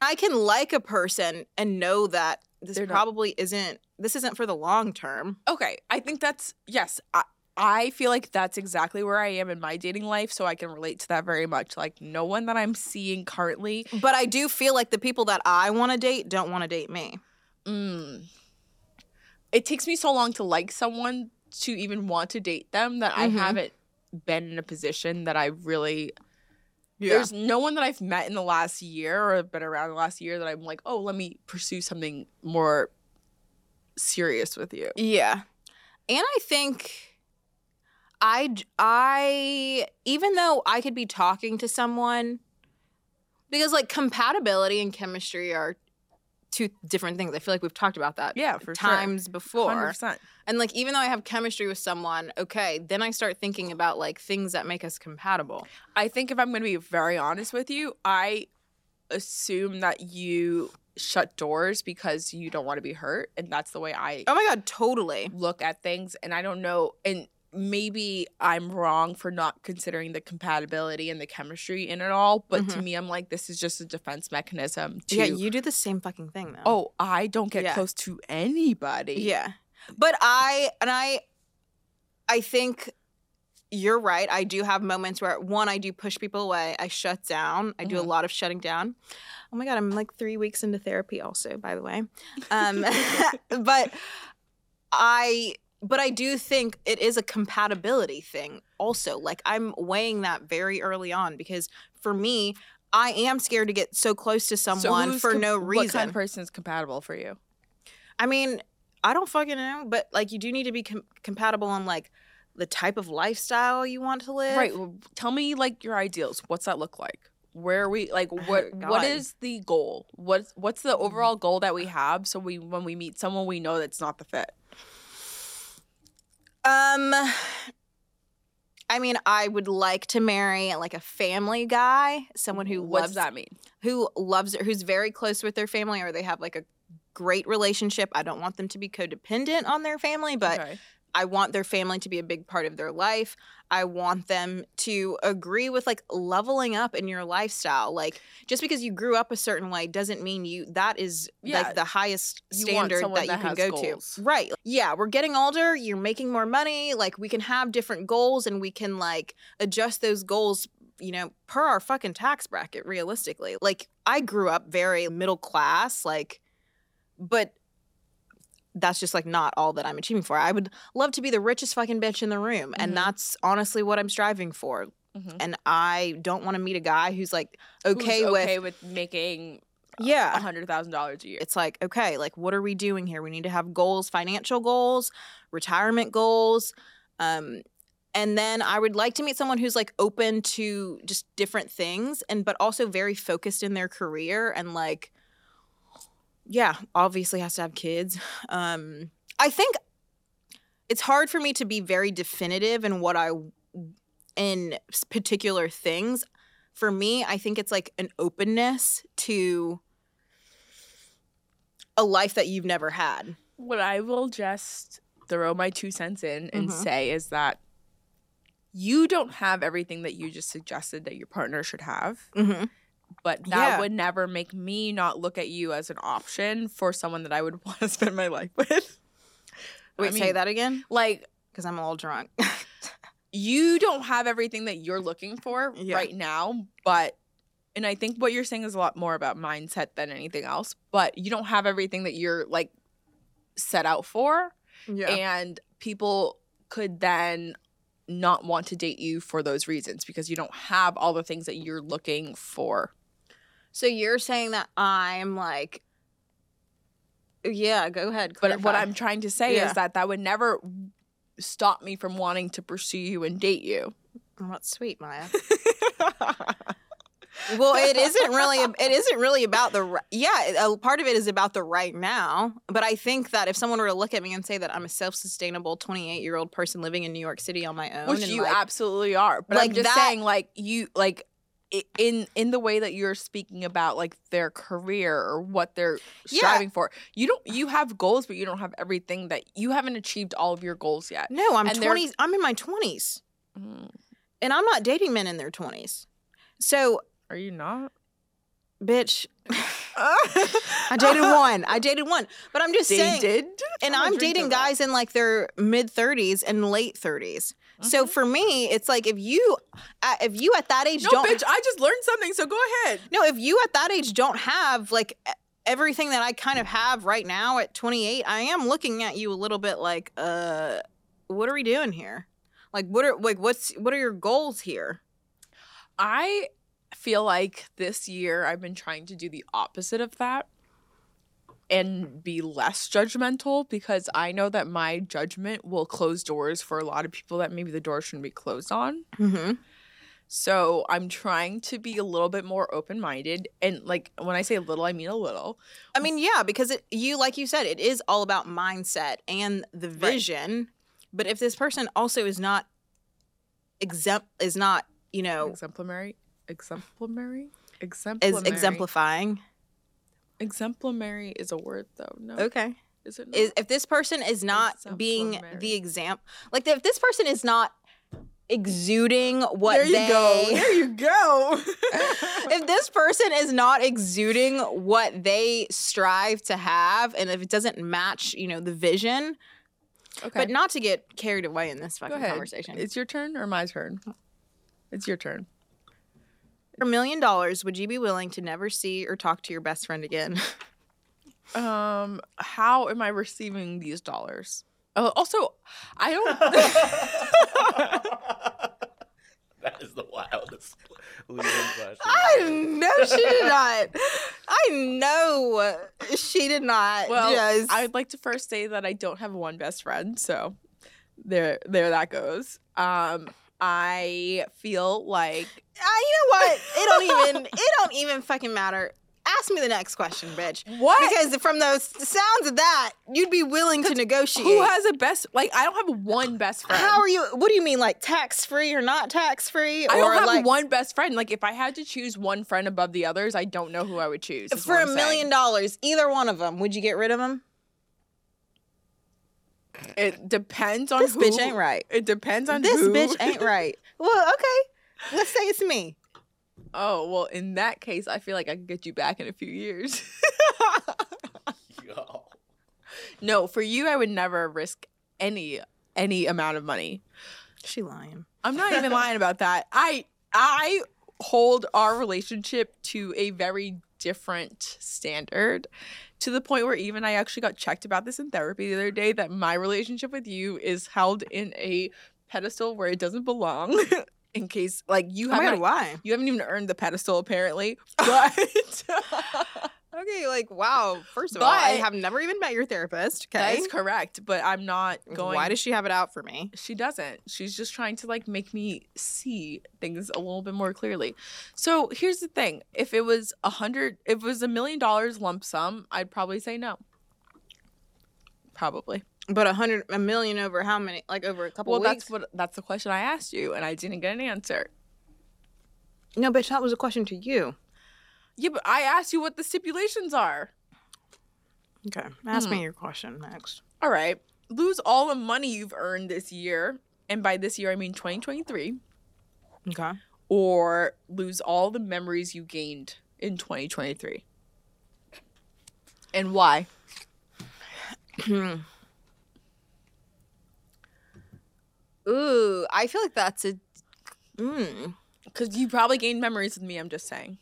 I can like a person and know that this They're not- probably isn't this isn't for the long term. Okay, I think that's yes. I, I feel like that's exactly where I am in my dating life, so I can relate to that very much. Like no one that I'm seeing currently. But I do feel like the people that I want to date don't want to date me. Mm, it takes me so long to like someone to even want to date them that Mhm. I haven't been in a position that I really There's- there's no one that I've met in the last year or been around the last year that I'm like, oh, let me pursue something more serious with you. yeah. And I think I j- I even though I could be talking to someone because like compatibility and chemistry are two different things. I feel like we've talked about that Yeah, for times sure. before. 100%. And like even though I have chemistry with someone, okay, then I start thinking about like things that make us compatible. I think if I'm going to be very honest with you, I assume that you shut doors because you don't want to be hurt. And that's the way I Oh my god, totally. look at things. And I don't know. And maybe I'm wrong for not considering the compatibility and the chemistry in it all. But to Mhm. me, I'm like, this is just a defense mechanism to, Yeah, you do the same fucking thing though. oh, I don't get Yeah. close to anybody. yeah. But I and I I think you're right. I do have moments where one, I do push people away. I shut down. I do a Mhm. lot of shutting down. Oh my god, I'm like three weeks into therapy also, by the way. Um (laughs) but I but I do think it is a compatibility thing also. Like I'm weighing that very early on because for me, I am scared to get so close to So someone who's for com- no reason. What kind of person is compatible for you? I mean, I don't fucking know, but like you do need to be com- compatible on like the type of lifestyle you want to live. Right. Well, tell me like your ideals. What's that look like? Where are we (laughs) like what God. what is the goal? What's what's the overall goal that we have so we when we meet someone we know that's not the fit. Um I mean, I would like to marry like a family guy, someone who what loves does that mean? who loves who's very close with their family or they have like a great relationship. I don't want them to be codependent on their family, but okay. I want their family to be a big part of their life. I want them to agree with like leveling up in your lifestyle. Like just because you grew up a certain way doesn't mean you that is Yeah. like the highest You want standard someone that you that can has go goals. to. Right. Yeah, we're getting older, you're making more money, like we can have different goals and we can like adjust those goals, you know, per our fucking tax bracket realistically. Like I grew up very middle class, like but that's just like not all that I'm achieving for. I would love to be the richest fucking bitch in the room. Mhm. And that's honestly what I'm striving for. Mhm. And I don't want to meet a guy who's like okay, Who's with okay with making yeah. hundred thousand dollars a year. It's like, okay, like what are we doing here? We need to have goals, financial goals, retirement goals. Um and then I would like to meet someone who's like open to just different things and but also very focused in their career and like yeah, obviously has to have kids. Um I think it's hard for me to be very definitive in what I in s- particular things. For me, I think it's like an openness to a life that you've never had. what I will just throw my two cents in and Mhm. say is that you don't have everything that you just suggested that your partner should have, Mm-hmm. but that Yeah. would never make me not look at you as an option for someone that I would (laughs) want to spend my life with. (laughs) Wait, I mean, say that again? Like Because I'm a little drunk. (laughs) you don't have everything that you're looking for Yeah. right now, but and I think what you're saying is a lot more about mindset than anything else, but you don't have everything that you're like set out for. yeah. and people could then not want to date you for those reasons because you don't have all the things that you're looking for. So you're saying that I'm like, yeah, go ahead. But what clarify. I'm trying to say Yeah. is that that would never stop me from wanting to pursue you and date you. (laughs) Oh, that's sweet, Maya. well, it isn't really. It isn't really about the. ri- Yeah, a part of it is about the right now. But I think that if someone were to look at me and say that I'm a self-sustainable 28-year-old person living in New York City on my own, Which and you like, absolutely are. But like I'm just that- saying like you like i- in in the way that you're speaking about like their career or what they're Yeah. striving for. You don't you have goals but you don't have everything that you haven't achieved all of your goals yet. no, I'm and they're- 20. I'm in my 20s, Mm-hmm. and I'm not dating men in their 20s. So, Are you not? (laughs) bitch, I I (laughs) dated one. I dated one. But I'm just saying, and I'm a I'm drinker dating of that. guys in like their mid 30s and late 30s. Uh-huh. So for me, it's like if you, uh, if you at that age No, don't, bitch, I just learned something, so go ahead. no, if you at that age don't have like e- everything that I kind of have right now at 28, I am looking at you a little bit like, uh, what are we doing here? Like, what are like what's what are your goals here? I feel like this year I've been trying to do the opposite of that and be less judgmental because I know that my judgment will close doors for a lot of people that maybe the door shouldn't be closed on. Mm-hmm. So I'm trying to be a little bit more open minded. And like when I say little, I mean a little. I mean, yeah, because it, you, like you said, it is all about mindset and the Right. vision. But if this person also is not exempt, is not, you know, Exemplary. Exemplary? Oh. is Exemplary. exemplifying. Exemplary is a word though. No. Okay. Is it not? Is, if this person is not being the Exemplary. example, like if this person is not exuding what there you they (laughs) go. There you go. (laughs) if this person is not exuding what they strive to have and if it doesn't match, you know, the vision, okay. (laughs) but not to get carried away in this fucking ahead. conversation. It's your turn or my turn? It's your turn. For a million dollars, would you be willing to never see or talk to your best friend (laughs) again? (laughs) Um, how am I receiving these dollars? Oh, also, I (laughs) don't. that is the wildest leading question. I know she did not. I know she did not. well, just- I would like to first say that I don't have one best friend, so there, there that goes. Um, I feel like Ah, you know what? It don't even. It don't even fucking matter. Ask me the next question, bitch. what Because from the s- sounds of that, you'd be willing to negotiate. who has a best? Like, I don't have one best friend. How are you? What do you mean, like tax free or not tax free? I or don't have like, one best friend. Like, if I had to choose one friend above the others, I don't know who I would choose. is for what a I'm saying. million dollars. Either one of them, would you get rid of them? It depends on This who. bitch ain't right. It depends on This who. (laughs) bitch ain't right. Well, okay. Let's say it's me. Oh well, in that case, I feel like I can get you back in a few years. (laughs) Yo. no, for you, I would never risk any any amount of money. She lying. I'm not even lying about (laughs) that. I I hold our relationship to a very different standard to the point where even I actually got checked about this in therapy the other day that my relationship with you is held in a pedestal where it doesn't belong (laughs) in case like you Oh my God, haven't why? you haven't even earned the pedestal (laughs) apparently but (laughs) Okay, like wow. First of all, I But- have never even met your therapist. Okay, that's correct but I'm not going why does she have it out for me? she doesn't. She's just trying to like make me see things a little bit more clearly. So here's the thing: if it was a hundred, if it was a million dollars lump sum, I'd probably say no. Probably. But a hundred, a million over how many? Like over a couple Well, weeks? that's what that's the question I asked you, and I didn't get an answer. no, bitch, that was a question to you. Yeah, but I asked you what the stipulations are. Okay, ask me your question next. All right, lose all the money you've earned this year, and by this year I mean 2023, Okay, or lose all the memories you gained in 2023. And why? ooh, I feel like that's a. Mm. Because you probably gained memories with me, I'm just saying.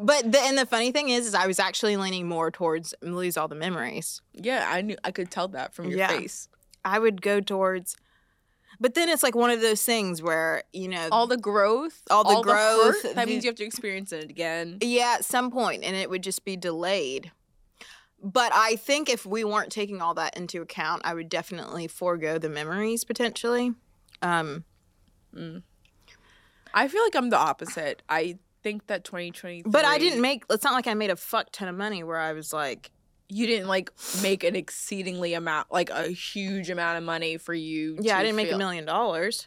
But the, and the funny thing is, is I was actually leaning more towards lose all the memories. yeah, I knew I could tell that from your Yeah. face. I would go towards, but then it's like one of those things where you know All the growth, All the growth, hurt, the- that means you have to experience it again. Yeah, at some point, and it would just be delayed. But I think if we weren't taking all that into account, I would definitely forego the memories potentially. Um, I feel like I'm the opposite. I think that 2023. but I didn't make. It's not like I made a fuck ton of money where I was like, You didn't like make an exceedingly amount, like a huge amount of money for you. yeah, I to didn't make a feel- million dollars.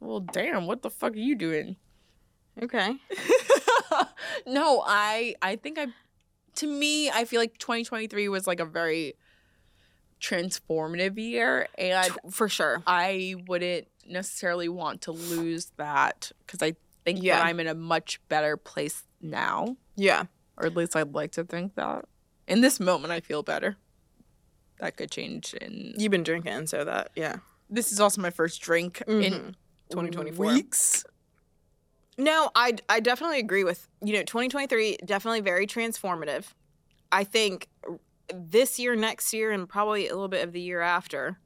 Well, damn, what the fuck are you doing? Okay, (laughs) no, I I think I to me I feel like 2023 was like a very transformative year and for sure. I wouldn't necessarily want to lose that because I think Yeah. that I'm in a much better place now, Yeah, or at least I'd like to think that. In this moment, I feel better. That could change. In you've been drinking, so that yeah. this is also my first drink in Mhm. 2024 2024. Mm-hmm. weeks. No, I I definitely agree with you know 2023 definitely very transformative. I think this year, next year, and probably a little bit of the year after.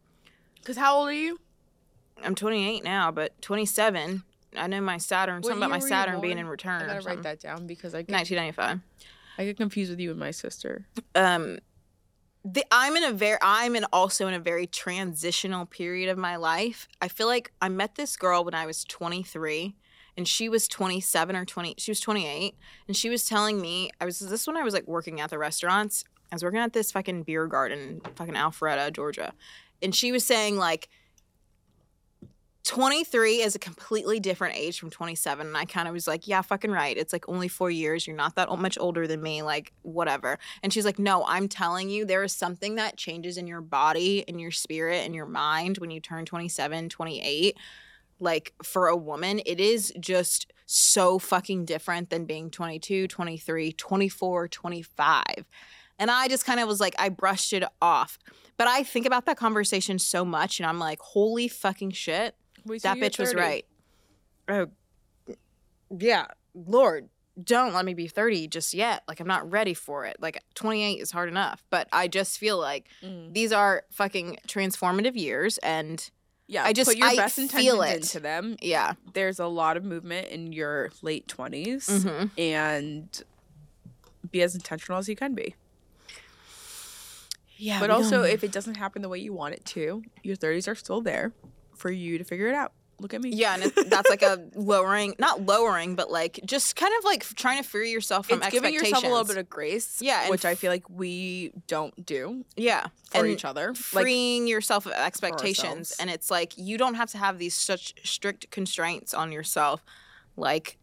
Because how old are you? I'm 28 now, but 27. I know my Saturn. What something about year my were you Saturn being born? in I return. gotta or write something. that down because I get, 1995. I get confused with you and my sister. Um, the, I'm in a very. I'm in also in a very transitional period of my life. I feel like I met this girl when I was 23, and she was 27 or 20. She was 28, and she was telling me I was. This when I was like working at the restaurants. I was working at this fucking beer garden, in fucking Alpharetta, Georgia, and she was saying like 23 is a completely different age from 27 and i kind of was like yeah fucking right it's like only four years you're not that o- much older than me like whatever and she's like no i'm telling you there is something that changes in your body and your spirit and your mind when you turn 27 28 like for a woman it is just so fucking different than being 22 23 24 25 and i just kind of was like i brushed it off but i think about that conversation so much and i'm like holy fucking shit Wait till that you're bitch was 30. right. Oh, yeah. Lord, don't let me be 30 just yet. Like, I'm not ready for it. Like, 28 is hard enough. But I just feel like Mm. these are fucking transformative years. And Yeah, I just- put your I best intentions feel it. into them. yeah. There's a lot of movement in your late 20s. Mhm. and be as intentional as you can be. Yeah. But also, if it doesn't happen the way you want it to, your 30s are still there for you to figure it out. Look at me. yeah. (laughs) And it, that's like a lowering, not lowering, but like just kind of like trying to free yourself from It's giving yourself a little bit expectations. of grace, Yeah, and which I f- feel like we don't do yeah. for and each other. like, freeing yourself of expectations ourselves. and it's like you don't have to have these such strict constraints on yourself like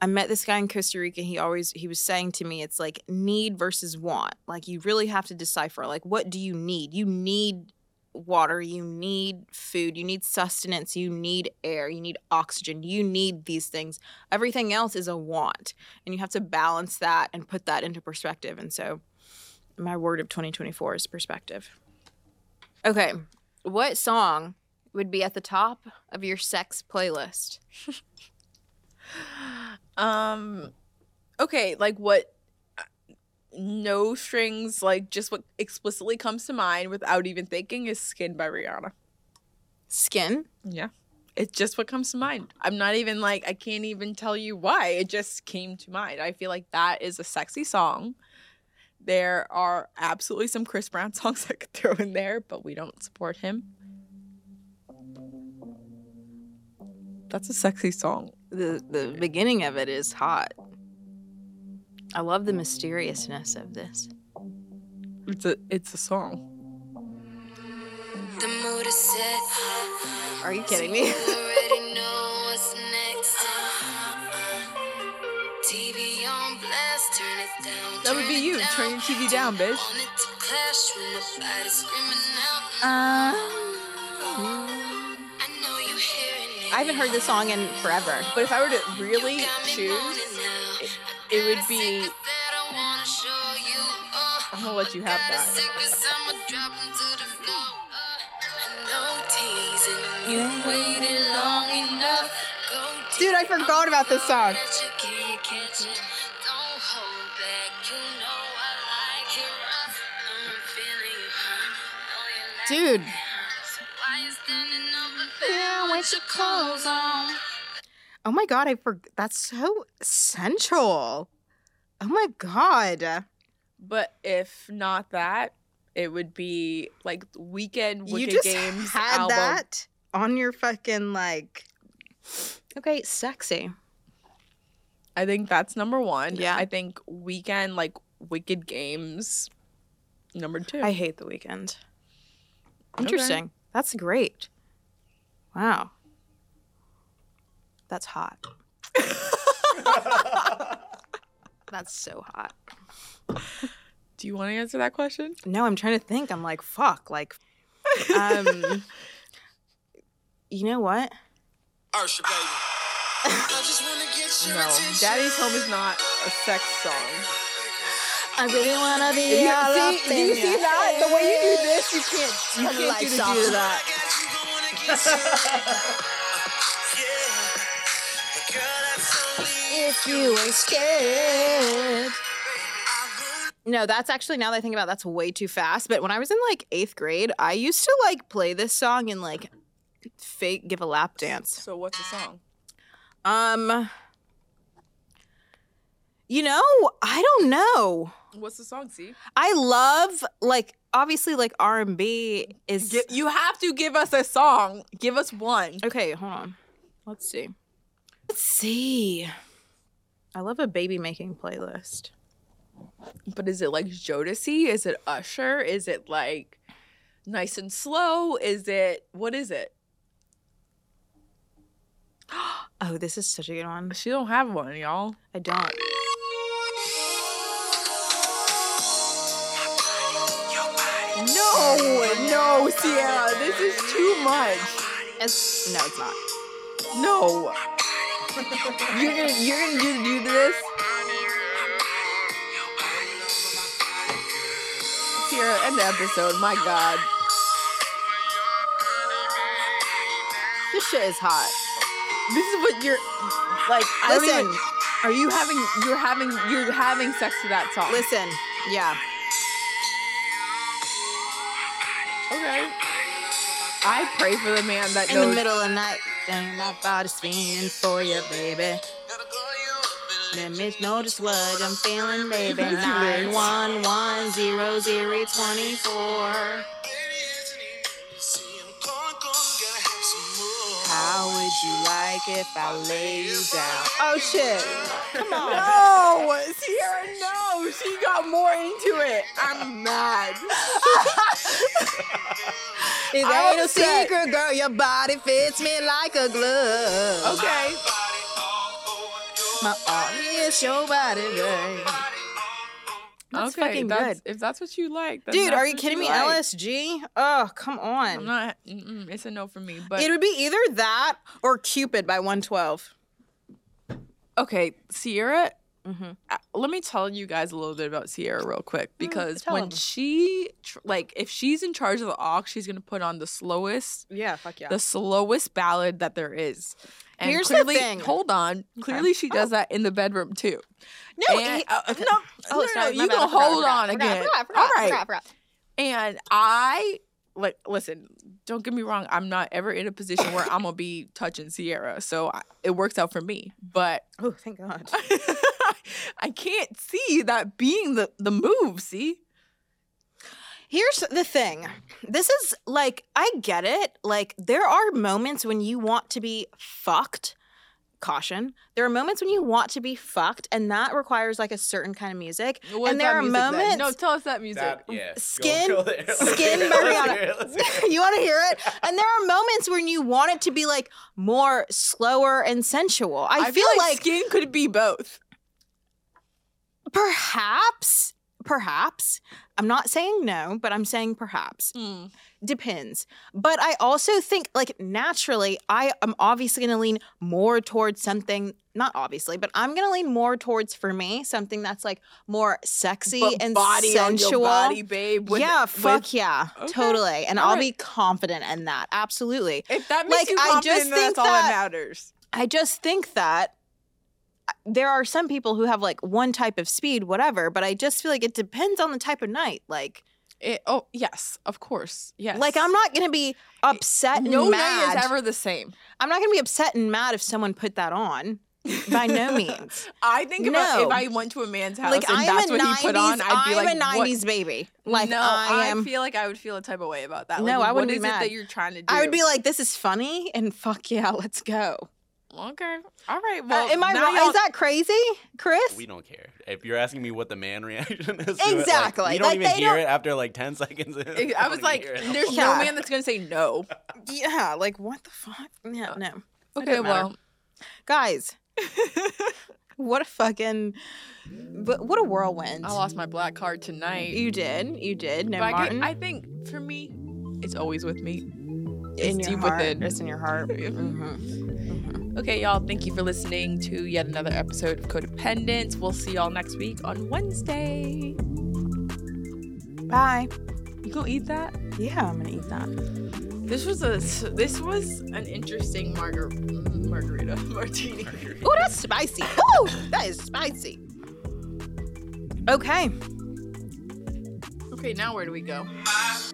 I met this guy in Costa Rica. He always he was saying to me, it's like need versus want. Like you really have to decipher. Like what do you need? You need water. You need food. You need sustenance. You need air. You need oxygen. You need these things. Everything else is a want, and you have to balance that and put that into perspective. And so, my word of 2024 is perspective. Okay, what song would be at the top of your sex playlist? Um, okay, like what? uh, No strings, like just what explicitly comes to mind without even thinking is "Skin" by Rihanna. Skin. Yeah, it's just what comes to mind. I'm not even like I can't even tell you why. It just came to mind. I feel like that is a sexy song. There are absolutely some Chris Brown (laughs) songs I could throw in there, but we don't support him. That's a sexy song. the the beginning of it is hot. I love the mysteriousness of this. It's a it's a song. The mood is set. Are you kidding me? (laughs) You already know what's next. TV on blast, turn it down. That would be turn it you. Turn your TV down, bitch. Want it to clash with my body screaming out. Uh, Uh-huh. I know you hearing it. I haven't heard this song in forever. But if I were to really Got me choose, moaning now. it- I it would got a be- secret that I wanna show you. Oh, I'm gonna let you I have got a that. secret, so I'ma drop 'em to the floor. Oh, I know teasing you waited long enough. Go Dude, I forgot about this song. That you can't catch it. Don't hold back. You know I like it rough. I'm feeling it, huh? Know you like Dude. it, huh? So why you standing over there with your clothes on? Oh my god, I forgot. That's so central. Oh my god. But if not that, it would be like weekend You wicked just games had album. that on your fucking like. Okay, sexy. I think that's number one. Yeah. I think weekend like wicked games. Number two. I hate the weekend. Okay. Interesting. That's great. Wow. That's hot. That's so hot. Do you want to answer that question? No, I'm trying to think. I'm like, fuck. Like, um, you know what? Ursha, baby. I just wanna get your No. attention. Daddy's home is not a sex song. I really wanna be that? The way you do this, you can't you can't do, to do I that. got you, but wanna get you. yeah. The girl that's only If you ain't scared. No, that's actually now that I think about it, that's way too fast. But when I was in like eighth grade, I used to like play this song and like fake give a lap dance. So what's the song? Um You know, I don't know. What's the song, see? I love like obviously like R and B is you have to give us a song. Give us one. Okay, hold on. Let's see. Let's see. I love a baby making playlist. But is it like Jodeci? Is it Usher? Is it like Nice and Slow? Is it what is it? Oh, this is such a good one. She don't have one, y'all. I don't. No, no, Sierra, this is too much. It's, no, it's not. No. You're gonna you're gonna do, do this? Sierra, end the episode. My God. This shit is hot. This is what you're like I don't Listen. even- are you having you're having you're having sex to that song? Listen, yeah. Okay. I pray for the man that In knows the middle of the night, and my body's spinning for you, baby. Let me notice what I'm feeling, baby. Nine one one zero zero twenty four. How would you like if I lay you down? Oh shit! Come on. No, Sierra, no. She got more into it. I'm mad. It I'm ain't a upset. Oh, secret, girl. Your body fits me like a glove. Okay. My all is Oh, your body, babe. That's fucking that's, good. If that's what you like, then Dude, that's are you what kidding me? like. LSG? Oh, come I'm on. not. Mm-mm, it's a no for me. But it would be either that or Cupid by 112. okay, Sierra. Mhm. uh, Let me tell you guys a little bit about Sierra real quick because Mm, tell when 'em. she tr- like if she's in charge of the aux, she's gonna put on the slowest Yeah, fuck yeah. the slowest ballad that there is. And Here's the clearly, thing. Oh. hold on. Clearly, she does that in the bedroom too. no, and- he- uh, okay. Oh, no, no, sorry, no, my you bad, I gonna forgot, I hold forgot, on forgot, again. forgot, forgot, All right. forgot, forgot. And I like listen. Don't get me wrong. I'm not ever in a position where I'm gonna be touching Sierra, so I, it works out for me. But (laughs) Oh, thank God. I can't see that being the the move. See, Here's the thing. This is like, I get it. Like, there are moments when you want to be fucked. Caution. There are moments when you want to be fucked, and that requires like a certain kind of music. What's and there that are music then? moments. (laughs) No, tell us that music. That, yeah. Go- Skin- go there. (laughs) Let's Skin hear it. by Let's Rihanna. hear it. Let's hear it. you want to hear (laughs) it? And there are moments when you want it to be like more slower and sensual. I, feel, like, skin could be both. perhaps, perhaps, I'm not saying no, but I'm saying perhaps. Mm. Depends. But I also think, like, naturally, I am obviously going to lean more towards something, not obviously, but I'm going to lean more towards, for me, something that's like more sexy But and body on your sensual. body, babe. with- yeah, fuck with- yeah, Okay. totally. And All I'll right. be confident in that. Absolutely. If that makes Like, you I confident, just then that's think all that that- matters. I just think that uh, there are some people who have like one type of speed, whatever, but I just feel like it depends on the type of night. Like, It, oh yes, of course. Yes. like I'm not gonna be upset and No night mad. is ever the same. I'm not gonna be upset and mad if someone put that on. By (laughs) no means. I think about if No. I went to a man's house like and I'm that's a what '90s. he put on, I'd be I'm like, a what- '90s baby. Like no, I am. feel like I would feel a type of way about that. Like, No, I wouldn't what be is it mad. that you're trying to do? I would be like, this is funny, and fuck yeah, let's go. okay, all right. Uh, Well, am I now wrong? y'all- Is that crazy, Chris? We don't care. If you're asking me what the man reaction (laughs) is, Exactly. To it, like, you don't Like, even they hear don't- it after like ten (laughs) seconds. in. You (laughs) I don't was even like, hear it. there's no Yeah. man that's gonna say no. yeah, like what the fuck? Yeah, no. Okay, doesn't matter. well, guys what a fucking but what a whirlwind Oh, I lost my black card tonight. you did you did no But I, get- martin I think for me, it's always with me. It's in your deep heart. within. it's in your heart Mhm. Mm-hmm. Okay, y'all, thank you for listening to yet another episode of Codependence. We'll see y'all next week on Wednesday. bye You gonna eat that? yeah i'm gonna eat that This was a this was an interesting margar- margarita (laughs) martini. oh that's spicy oh that is spicy okay Okay, now where do we go? My